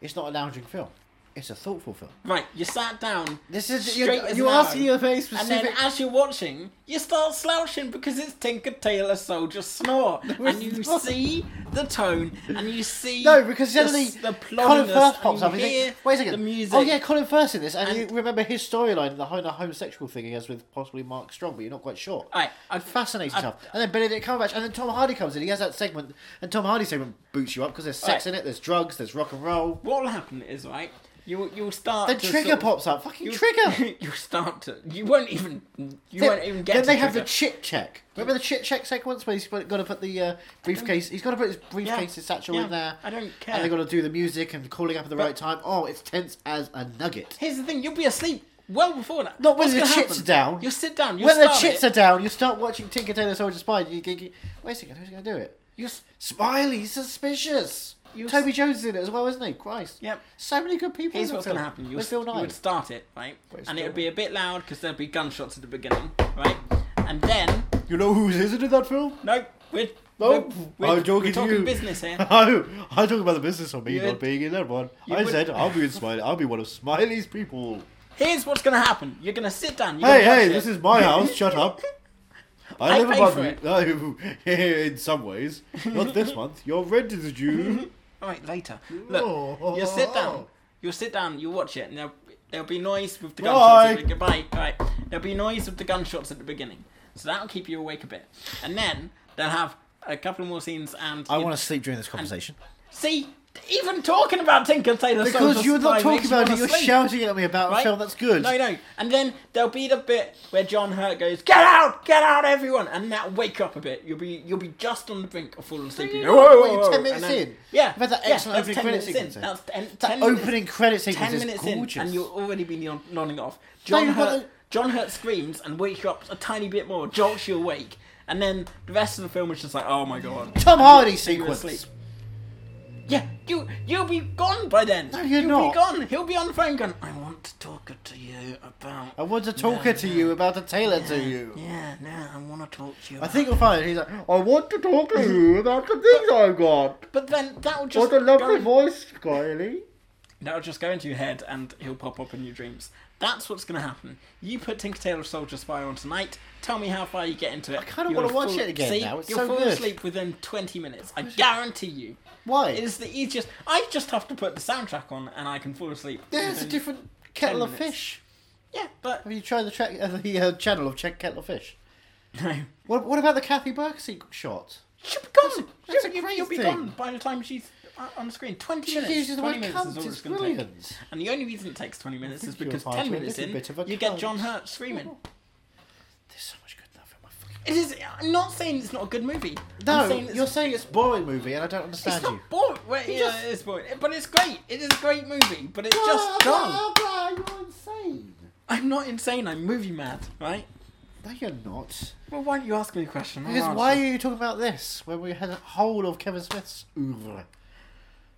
S5: It's not a lounging film. It's a thoughtful film.
S2: Right, you sat down.
S5: This is
S2: straight
S5: you're,
S2: as
S5: you're
S2: an
S5: asking
S2: arrow.
S5: a very
S2: And then
S5: specific.
S2: as you're watching, you start slouching because it's Tinker Tailor Soldier Snore. and you
S5: not.
S2: see the tone and you see
S5: no, because
S2: the,
S5: suddenly
S2: the
S5: Colin
S2: plottiness
S5: Firth pops
S2: and
S5: up. And
S2: you
S5: you
S2: hear
S5: think, Wait a second.
S2: the music.
S5: Oh yeah, Colin Firth in this, and,
S2: And-
S5: you remember his storyline, the home- the homosexual thing he has with possibly Mark Strong, but you're not quite sure.
S2: Alright, I-
S5: fascinating
S2: I-
S5: stuff. And then Benedict Cumberbatch, and then Tom Hardy comes in. He has that segment, and Tom Hardy segment boots you up because there's sex
S2: Right.
S5: in it, there's drugs, there's rock and roll.
S2: What will happen is right. You you'll start.
S5: Then
S2: to
S5: Trigger
S2: sort of-
S5: pops up. Fucking
S2: you'll-
S5: Trigger.
S2: You'll start to. You won't even. You
S5: Then-
S2: won't even get.
S5: Then
S2: to
S5: they have the
S2: Trigger.
S5: chit check. Remember the chit check sequence where he's got to put the uh, briefcase. He's got to put his briefcase, his satchel
S2: yeah,
S5: in there.
S2: I don't care.
S5: And they got to do the music and calling up at the right time. Oh, it's tense as a nugget.
S2: Here's the thing. You'll be asleep well before that.
S5: Not when
S2: What's
S5: the
S2: gonna
S5: chits
S2: happen?
S5: are down.
S2: You'll sit down. You'll
S5: when the
S2: start
S5: chits
S2: it.
S5: are down, you start watching Tinker Tailor Soldier Spy. And you get, you- wait a second, who's going to do it?
S2: You'll s-
S5: Smiley, suspicious.
S2: You'll
S5: Toby Jones is in it as well, isn't he? Christ.
S2: Yep.
S5: So many good people.
S2: Here's
S5: in that
S2: what's going to
S5: film.
S2: happen. You'll,
S5: With Bill
S2: you
S5: Nye.
S2: would start it, right?
S5: it's
S2: And it
S5: Bill
S2: would be a bit loud because there'd be gunshots at the beginning, right? And then,
S5: You know who's isn't in that film?
S2: no, we're,
S5: Nope.
S2: we're,
S5: I'm joking
S2: we're talking
S5: you.
S2: business here.
S5: Oh, I'm talking about the business of me
S2: You
S5: not
S2: would-
S5: being in that one.
S2: you
S5: I
S2: would-
S5: said I'll be in Smiley. I'll be one of Smiley's people.
S2: Here's what's going to happen. You're going to sit down. You're
S5: Hey,
S2: gonna watch
S5: hey,
S2: it.
S5: this is my house. Shut up. I,
S2: I
S5: live
S2: pay
S5: above
S2: for
S5: you. uh, in some ways, not this month. Your rent is due.
S2: All right, later. Look, you'll sit down. You'll sit down. You'll watch it, and there'll, there'll be noise with the gunshots. At the, goodbye. All right. There'll be noise with the gunshots at the beginning, so that'll keep you awake a bit. And then they'll have a couple more scenes. And
S5: I want to sleep during this conversation
S2: see. Even talking about Tinker Tailor
S5: because
S2: Soldier
S5: you're not
S2: Spy
S5: talking
S2: makes you
S5: about it.
S2: wanna
S5: You're
S2: sleep,
S5: shouting at me about
S2: right?
S5: a film that's good.
S2: No, no. And then there'll be the bit where John Hurt goes, "Get out, get out, everyone!" And that'll wake up a bit. You'll be you'll be just on the brink of falling asleep.
S5: you
S2: again.
S5: know what, you're 10
S2: And
S5: minutes
S2: then-
S5: in.
S2: Yeah,
S5: You've had that
S2: yeah,
S5: excellent
S2: that's
S5: opening
S2: 10 minutes
S5: credits
S2: in.
S5: sequence.
S2: That's ten,
S5: That
S2: 10 minutes-
S5: opening credit sequence
S2: ten
S5: is
S2: minutes
S5: gorgeous.
S2: in, and you'll already be non- nodding off. John
S5: you've got
S2: Hurt,
S5: the-
S2: John Hurt screams and wakes you up a tiny bit more, jolts you awake, and then the rest of the film is just like, oh my god.
S5: Tom Hardy
S2: You're
S5: sequence.
S2: asleep. Yeah, you you'll be gone by then.
S5: No, you're
S2: will
S5: not.
S2: Be gone. He'll be on the phone going, I want to talk to you about.
S5: I want to talk to you about a tailor to you.
S2: Yeah, no, I want to talk to you.
S5: I
S2: about-
S5: think you'll find he's like, I want to talk to you about the things I've got.
S2: but then that'll just
S5: What a lovely
S2: go-
S5: voice, Kylie.
S2: That'll just go into your head and he'll pop up in your dreams. That's what's going to happen. You put Tinker Tailor Soldier Spy on tonight. Tell me how far you get into it. I
S5: kinda wanna watch it again
S2: see,
S5: now, it's
S2: you'll
S5: so
S2: fall
S5: good.
S2: asleep within 20 minutes. I guarantee you.
S5: Why?
S2: It is the easiest. I just have to put the soundtrack on and I can fall asleep.
S5: yeah, it's a
S2: within-
S5: different kettle of
S2: minutes.
S5: fish.
S2: Yeah, but
S5: Have you tried the track, uh, the uh, channel of Check Kettle of Fish?
S2: no.
S5: What, what about the Kathy Burke sequ- shot?
S2: She'll be gone.
S5: that's
S2: She'll
S5: a
S2: be-
S5: great
S2: You'll be
S5: thing.
S2: gone by the time she's uh, on- on screen. Twenty
S5: She
S2: minutes.
S5: uses the
S2: Twenty
S5: word
S2: minutes
S5: cunt,
S2: is all
S5: it's
S2: it's going to take.
S5: brilliant.
S2: And the only reason it takes twenty minutes is
S5: think you
S2: because
S5: are
S2: ten
S5: a
S2: minutes
S5: little
S2: in,
S5: bit of a
S2: you get
S5: cunt.
S2: John Hurt screaming.
S5: There's so much good in that film. I fucking...
S2: It is. I'm not saying it's not a good movie.
S5: No,
S2: I'm saying it's,
S5: you're saying it's a boring movie, and I don't understand
S2: it's not
S5: you.
S2: boring. Well, yeah,
S5: just-
S2: it's boring, but it's great. It is a great movie, but it's just
S5: Blah,
S2: dumb.
S5: blah, blah, you're insane.
S2: I'm not insane. I'm movie mad, right?
S5: No, you're not.
S2: Well, why don't you ask me a question? I'll
S5: Because
S2: answer.
S5: why are you talking about this when we had a whole of Kevin Smith's oeuvre?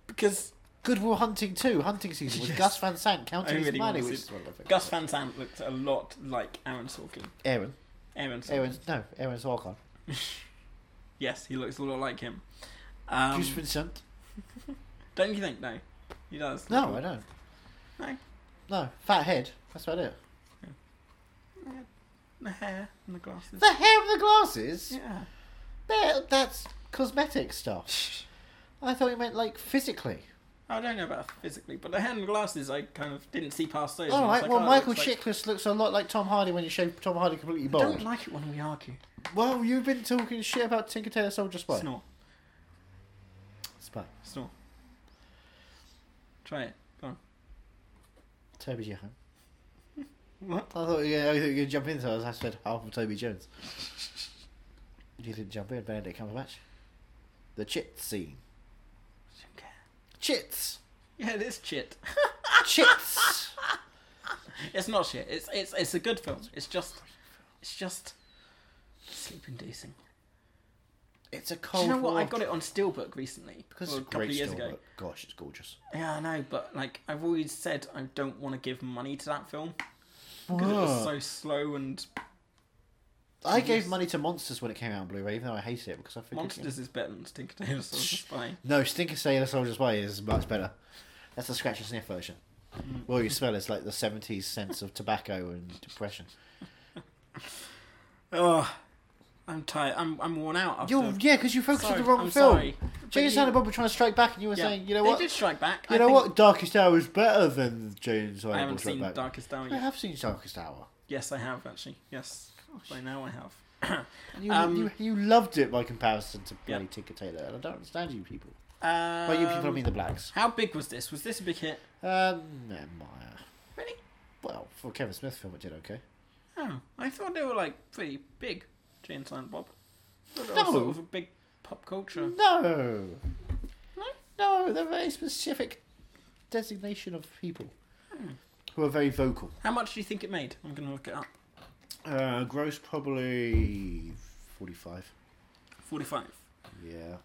S2: Because
S5: Good Will Hunting 2, Hunting Season, with
S2: Yes.
S5: Gus Van Sant
S2: I
S5: counting his
S2: really want
S5: money,
S2: to
S5: which
S2: see.
S5: is one of my
S2: Gus Van Sant looked a lot like Aaron Sorkin.
S5: Aaron.
S2: Aaron Sorkin.
S5: Aaron, no, Aaron Sorkin.
S2: Yes, he looks a lot like him. Um,
S5: Gus Van Sant.
S2: don't you think? No, he does.
S5: No, I don't.
S2: No.
S5: No, fat head. That's about it.
S2: The hair and the glasses.
S5: The hair and the glasses?
S2: yeah.
S5: That- That's cosmetic stuff. I thought you meant, like, physically.
S2: I don't know about physically, but the hair and the glasses, I kind of didn't see past those. and I was
S5: Alright,
S2: like,
S5: well,
S2: oh, it
S5: Michael
S2: looks like-
S5: Chiklis looks a lot like Tom Hardy when you show Tom Hardy
S2: I
S5: completely bald.
S2: don't like it when we argue.
S5: Well, you've been talking shit about Tinker Tailor Soldier Spy.
S2: Snore.
S5: Spy.
S2: Snore. Try it. Go on.
S5: Toby Jones.
S2: What?
S5: I thought you were going to jump in, so I was- I said half of Toby Jones. you didn't jump in, Benedict Cumberbatch. The chit scene.
S2: Okay.
S5: Chits!
S2: Yeah, it is shit.
S5: Chits!
S2: It's not shit. It's it's it's a good film. It's just it's just sleep inducing.
S5: it's a
S2: Do
S5: cold
S2: you know what?
S5: War.
S2: I got it on Steelbook recently.
S5: Because
S2: or
S5: it's a great story. Gosh, it's gorgeous.
S2: Yeah, I know, but like I've always said, I don't want to give money to that film because it
S5: Ah.
S2: was so slow and
S5: I gave money to Monsters when it came out on Blu-ray, even though I hate it because I think
S2: Monsters is better than Tinker Tailor Soldier Spy.
S5: No, Stinker Sailor Soldier Spy is much better. That's the scratch and sniff version.
S2: Hmm.
S5: Well, you smell is like the seventies sense of tobacco and depression.
S2: Oh, I'm tired. I'm I'm worn out. After...
S5: You're, yeah, because you focused
S2: Sorry,
S5: on the wrong
S2: I'm
S5: film.
S2: sorry. But
S5: James
S2: you-
S5: Silent Bob were trying to strike back, and you were
S2: Yeah,
S5: saying, you know
S2: they
S5: what,
S2: did strike back.
S5: you
S2: I
S5: know
S2: think-
S5: what, Darkest Hour is better than James Silent
S2: I
S5: Bob
S2: haven't
S5: Strike
S2: seen
S5: Back.
S2: Darkest Hour
S5: I
S2: yet.
S5: have seen Darkest Hour.
S2: Yes, I have actually. Yes, by now I have.
S5: And you,
S2: Um,
S5: you, you loved it by comparison to
S2: Yeah.
S5: bloody Tinker Tailor, and I don't understand you people.
S2: Um,
S5: By you people, I mean the blacks.
S2: How big was this? Was this a big hit?
S5: Um, never mind.
S2: Really?
S5: Well, for a Kevin Smith film, it did okay.
S2: Oh, I thought they were like pretty big, Jay and Silent Bob. I thought they were
S5: No.
S2: sort of a big pop culture.
S5: No. No, they're a very specific designation of people
S2: Hmm.
S5: who are very vocal.
S2: How much do you think it made? I'm gonna look it up.
S5: Uh, gross probably 45.
S2: Forty-five.
S5: Yeah.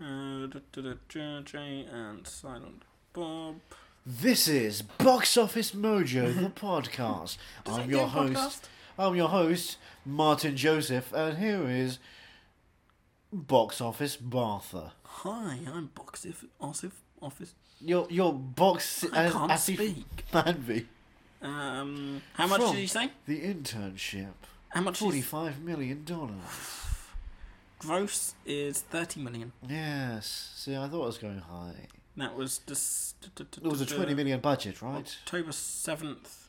S2: Uh, da- da- da- Jay Jay and Silent Bob.
S5: This is Box Office Mojo, the podcast. I'm
S2: it
S5: your
S2: do a
S5: host.
S2: podcast?
S5: I'm your host, Martin Joseph, and here is Box Office Bartha.
S2: Hi, I'm Boxif Osif Office.
S5: Your your box
S2: I
S5: as-
S2: can't
S5: as he-
S2: speak.
S5: Manby.
S2: Um, how much
S5: From
S2: did you say?
S5: The internship.
S2: How much? Is
S5: Forty-five million dollars.
S2: gross is thirty million.
S5: Yes. See, I thought I was going high.
S2: That was just. uh, da- da- da-
S5: It was a
S2: da-
S5: twenty million budget, right?
S2: October seventh,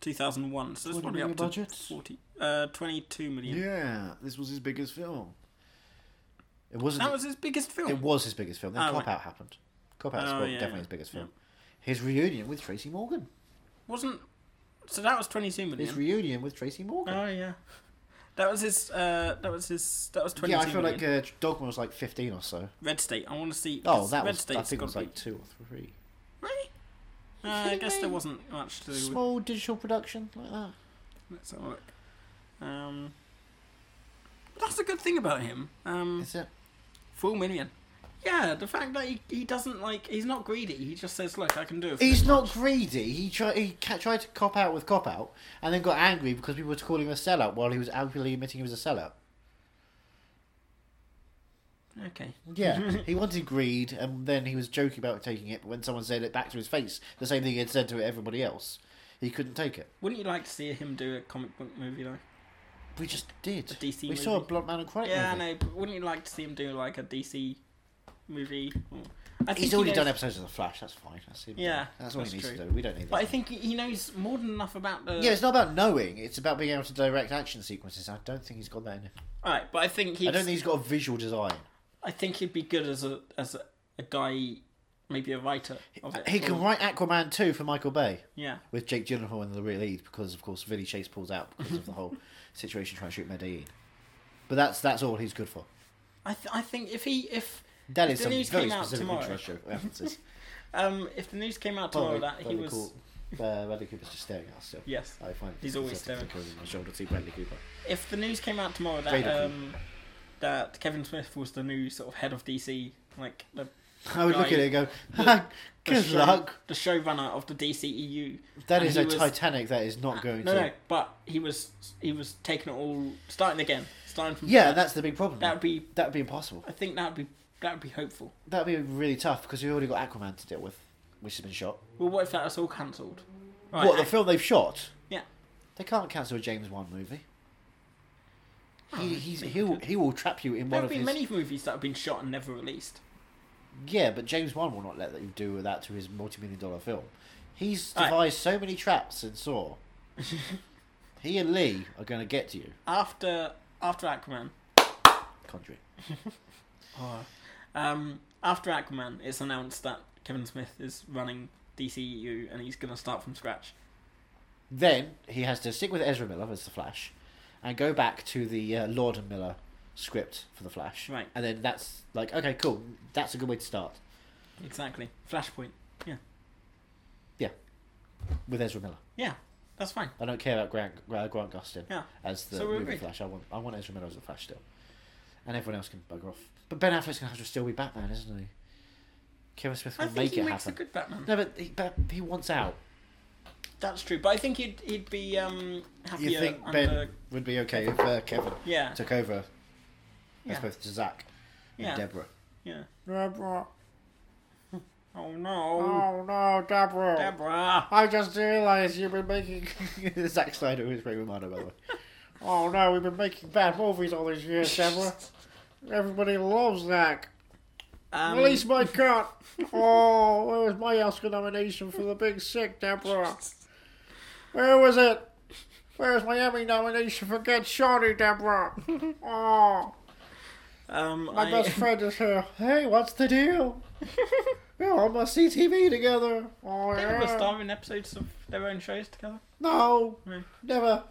S2: two thousand one. So that's
S5: 20
S2: probably
S5: million
S2: up to
S5: budget?
S2: forty. Uh, twenty-two million.
S5: Yeah, this was his biggest film. It wasn't.
S2: That was his biggest film.
S5: It was his biggest film. Then
S2: Oh,
S5: Cop
S2: right.
S5: Out happened. Cop Out is
S2: Oh,
S5: prob-
S2: yeah,
S5: definitely
S2: yeah,
S5: his biggest
S2: yeah.
S5: film. His reunion with Tracy Morgan.
S2: Wasn't. So that was twenty-two
S5: His
S2: million.
S5: reunion with Tracy Morgan.
S2: oh yeah. That was his. Uh, that was his. That was twenty-two
S5: yeah, I
S2: million.
S5: feel like uh, Dogma was like fifteen or so.
S2: Red State. I want to see.
S5: Oh,
S2: because
S5: that
S2: Red
S5: was.
S2: State's
S5: I think it
S2: gotta
S5: was like
S2: be-
S5: two or three.
S2: Really? Uh, I
S5: kidding
S2: guess there
S5: me?
S2: wasn't much to do with.
S5: Small digital production like that.
S2: Let's have a look. Um, but that's a good thing about him. Um,
S5: Is it?
S2: full million. Yeah, the fact that he, he doesn't like he's not greedy. He just says, "Look, I can do it." for
S5: He's
S2: this
S5: not
S2: much."
S5: greedy. He tried. He ca- tried to cop out with cop out, and then got angry because people were calling him a sellout while he was outwardly admitting he was a sellout.
S2: Okay.
S5: Yeah, he wanted greed, and then he was joking about taking it. But when someone said it back to his face, the same thing he had said to everybody else, he couldn't take it.
S2: Wouldn't you like to see him do a comic book movie though?
S5: We just did.
S2: DC
S5: we saw a
S2: movie.
S5: Blunt Man and Chronic
S2: Yeah, I
S5: movie.
S2: know. But wouldn't you like to see him do like a DC movie? Or- I think
S5: He's
S2: he
S5: already
S2: knows-
S5: done episodes of The Flash. That's fine. That's him.
S2: Yeah,
S5: that's all
S2: that's
S5: he needs
S2: true.
S5: to do. We don't need. This.
S2: But I think he- he knows more than enough about the.
S5: yeah, it's not about knowing. It's about being able to direct action sequences. I don't think he's got that in him.
S2: All right, but I think he's.
S5: I don't think he's got a visual design.
S2: I think he'd be good as a as a, a guy maybe a writer of it.
S5: He can
S2: Or-
S5: write Aquaman 2 for Michael Bay
S2: Yeah.
S5: with Jake Gyllenhaal in the real lead because, of course, Vinny Chase pulls out because of the whole situation trying to shoot Medellin. But that's that's all he's good for.
S2: I th- I think if he if
S5: That
S2: if
S5: is
S2: the
S5: some
S2: news
S5: very
S2: came out
S5: specific
S2: tomorrow,
S5: intro show references.
S2: um, if the news came out
S5: By the
S2: tomorrow
S5: way,
S2: that he
S5: Bradley
S2: was
S5: Cooper- uh, Bradley Cooper's just staring at us still.
S2: Yes.
S5: I find it
S2: He's always staring.
S5: pathetic to look over my shoulder to see Bradley Cooper.
S2: if the news came out tomorrow that
S5: Vader
S2: um that Kevin Smith was the new sort of head of DC, like the
S5: I would look
S2: Guy-
S5: at it and go, "Ha,
S2: the
S5: good
S2: show-
S5: luck.
S2: the showrunner of the DCEU.
S5: That
S2: And
S5: is
S2: he
S5: a
S2: was-
S5: Titanic that is not going
S2: No,
S5: to.
S2: no, but he was he was taking it all, starting again, starting from
S5: Yeah,
S2: scratch.
S5: that's the big problem.
S2: That would be-
S5: that would be impossible.
S2: I think that would be that would be hopeful.
S5: That would be really tough because we've already got Aquaman to deal with, which has been shot.
S2: Well, what if that was all cancelled? Right,
S5: What the
S2: I-
S5: film they've shot?
S2: yeah.
S5: They can't cancel a James Wan movie. He
S2: oh,
S5: he's, he'll he will trap you in
S2: There have
S5: one of
S2: been
S5: his.
S2: many movies that have been shot and never released.
S5: Yeah, but James Wan will not let you do that to his multi-million dollar film. He's
S2: Right.
S5: devised so many traps in Saw. he and Lee are going to get to you,
S2: After after Aquaman,
S5: Conjuring.
S2: um, after Aquaman, it's announced that Kevin Smith is running DCEU and he's going to start from scratch.
S5: Then he has to stick with Ezra Miller as the Flash, and go back to the uh, Lord and Miller script for the Flash.
S2: Right.
S5: And then that's like, okay, cool. That's a good way to start.
S2: Exactly. Flashpoint. Yeah.
S5: Yeah. With Ezra Miller.
S2: Yeah. That's fine.
S5: I don't care about Grant uh, Grant Gustin
S2: Yeah.
S5: as the
S2: So we're
S5: movie
S2: agreed.
S5: Flash. I want I want Ezra Miller as the Flash still, and everyone else can bugger off. But Ben Affleck's gonna have to still be Batman, isn't he? Kevin Smith
S2: I
S5: will
S2: think
S5: make
S2: he
S5: it
S2: makes
S5: happen.
S2: a good Batman.
S5: No, but he, but he wants out.
S2: That's true, but I think he'd he'd be um happier
S5: You think
S2: under
S5: Ben would be okay if uh, Kevin
S2: Yeah.
S5: took over as
S2: Yeah.
S5: opposed to Zach and
S2: Yeah.
S5: Deborah?
S2: yeah.
S5: Deborah,
S2: Oh no,
S5: oh no, Deborah!
S2: Deborah.
S5: I just realised you've been making Zack Snyder is Ray Romano, by the way. oh no, we've been making bad movies all these years, Deborah. Everybody loves Zack.
S2: Um,
S5: Release my cut. Oh, where was my Oscar nomination for the Big Sick, Deborah? Where was it? Where's my Emmy nomination for Get Shorty, Deborah? Oh,
S2: um,
S5: my
S2: I,
S5: best friend is here. Hey, what's the deal? We're on my CTV together. Oh,
S2: They were
S5: yeah.
S2: starring episodes of their own shows together.
S5: No,
S2: No.
S5: never.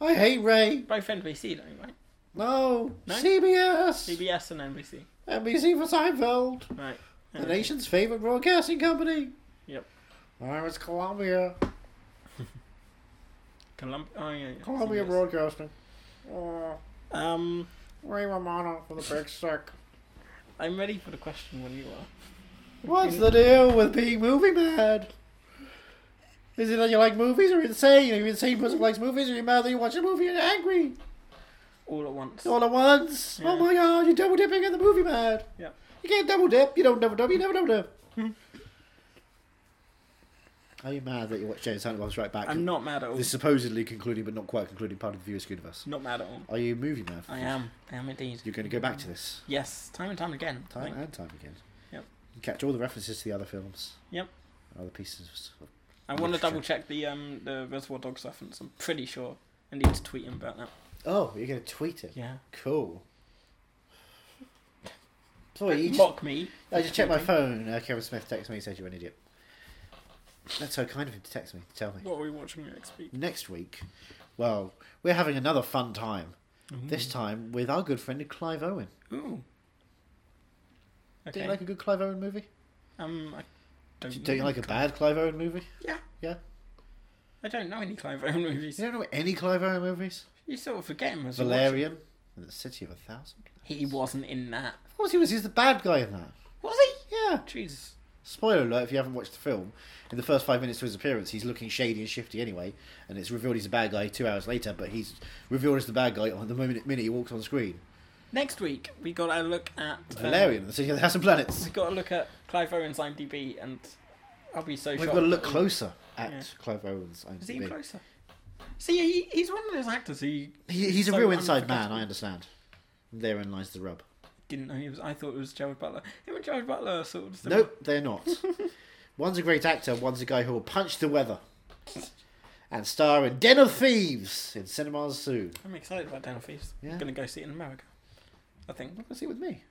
S5: I hate Ray.
S2: Both NBC, don't you, right?
S5: No,
S2: No?
S5: CBS,
S2: CBS and NBC.
S5: NBC for Seinfeld,
S2: Right.
S5: the nation's favorite broadcasting company.
S2: Hmm. Yep.
S5: I was Columbia,
S2: Columbia. Oh yeah. yeah.
S5: Columbia
S2: CBS.
S5: Broadcasting. Oh,
S2: Um,
S5: Ray Romano for the big sick.
S2: I'm ready for the question when you are.
S5: What's the deal with being movie mad? Is it that you like movies or insane? Are you insane person who likes movies? Are you mad that you watch a movie and you're angry
S2: All at once.
S5: all at once? Oh
S2: Yeah.
S5: my god, you're double dipping in the movie mad.
S2: Yeah. Hmm.
S5: You can't double dip. You don't double dip. You never double dip. Are you mad that you watched James Hunt Right Back?
S2: I'm not mad at all.
S5: The supposedly concluding but not quite concluding part of the viewers' universe.
S2: Not mad at all.
S5: Are you movie mad?
S2: I am. I am indeed.
S5: You're going to go back to this
S2: Yes, time and time again. I
S5: time
S2: think.
S5: and time again.
S2: Yep.
S5: You catch all the references to the other films,
S2: Yep.
S5: and other pieces. Of...
S2: I want to
S5: Literature.
S2: double check the um the Reservoir Dogs reference. I'm pretty sure. I need to tweet him about that.
S5: Oh, you're going to tweet it.
S2: Yeah.
S5: Cool. Sorry, you just,
S2: Mock me.
S5: I just checked my phone. Uh, Kevin Smith texted me and said you're an idiot. That's so kind of him to text me. To tell me.
S2: What are we watching next week?
S5: next week, well, we're having another fun time. This time with our good friend Clive Owen.
S2: Ooh.
S5: Do
S2: Okay.
S5: you like a good Clive Owen movie?
S2: um, I don't.
S5: Do, don't you
S2: know.
S5: like a bad Clive Owen movie?
S2: Yeah.
S5: Yeah.
S2: I don't know any Clive Owen movies.
S5: You don't know any Clive Owen movies?
S2: You sort of forget him as you watch it.
S5: Valerian and the City of a Thousand.
S2: He wasn't in that.
S5: Of course he was. He's the bad guy in that.
S2: Was he?
S5: Yeah.
S2: Jesus.
S5: Spoiler alert: If you haven't watched the film, in the first five minutes of his appearance, he's looking shady and shifty anyway, and it's revealed he's a bad guy two hours later. But he's revealed as the bad guy on the moment minute he walks on screen.
S2: Next week we got to look at um,
S5: Valerian and the City of a Thousand Planets.
S2: We got to look at Clive Owen's IMDb, and I'll be so
S5: We've
S2: shocked.
S5: got to look closer at
S2: Yeah.
S5: Clive Owen's.
S2: Is he
S5: IMDb.
S2: closer? See, he, he's one of those actors who
S5: He, he's a
S2: so
S5: real inside man.
S2: unforgettable.
S5: I understand. Therein lies the rub.
S2: didn't know he was. I thought it was Gerald Butler. Him and Gerald Butler are sort of similar.
S5: Nope, they're not. one's a great actor, one's a guy who will punch the weather. And star in Den of Thieves in cinemas soon.
S2: I'm excited about Down Thieves.
S5: Yeah.
S2: I'm gonna go see it in America. I think
S5: Come see it with me.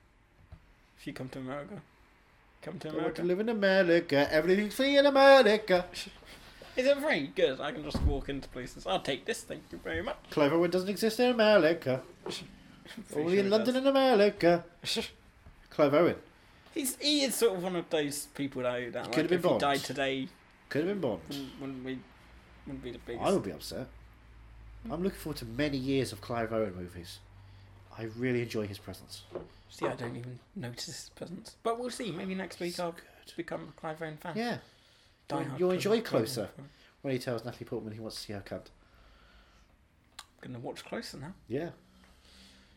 S2: if you come to America, Come to
S5: I want
S2: America.
S5: to live in America. Everything's free in America.
S2: Is it free? Good. I can just walk into places. I'll take this. Thank you very much.
S5: Cloverwood doesn't exist in America.
S2: Pretty
S5: Only
S2: sure
S5: in
S2: it
S5: London
S2: does.
S5: and America. Clive Owen
S2: He's he is sort of one of those people though that like,
S5: could've
S2: if
S5: been
S2: he
S5: Bond.
S2: died today,
S5: could have been Bond.
S2: wouldn't we? Wouldn't be the biggest.
S5: I would be upset. I'm looking forward to many years of Clive Owen movies. I really enjoy his presence.
S2: See, I don't even notice his presence. But we'll see. Maybe next week I'll become a Clive Owen fan.
S5: Yeah,
S2: Die
S5: You'll-
S2: hard
S5: you'll
S2: Clive
S5: enjoy
S2: Owen
S5: Closer.
S2: fan. I'm
S5: when he tells Natalie Portman he wants to see her cunt.
S2: gonna watch Closer now.
S5: Yeah,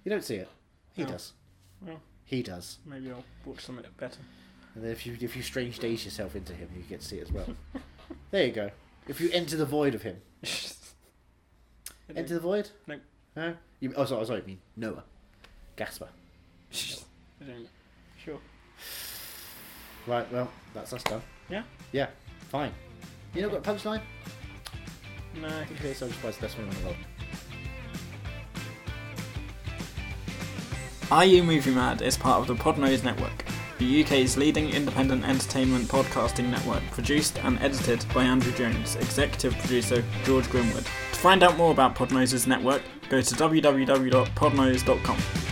S5: you don't see it. He
S2: No.
S5: does.
S2: Well.
S5: He does.
S2: Maybe I'll watch something better.
S5: And then if you if you strange daze yourself into him, you get to see it as well. there you go. If you enter the void of him, enter the void.
S2: Nope.
S5: No. You, oh, sorry, sorry. I mean Noah, Gasper.
S2: I don't- Sure.
S5: Right. Well, that's us done.
S2: Yeah.
S5: Yeah. Fine. You know, got a punchline.
S2: No.
S5: Okay, so I'm surprised that's one on the world.
S2: Are You Movie Mad is part of the Podnose Network, the UK's leading independent entertainment podcasting network, produced and edited by Andrew Jones, executive producer George Grimwood. To find out more about Podnose's network, go to www.podnose.com.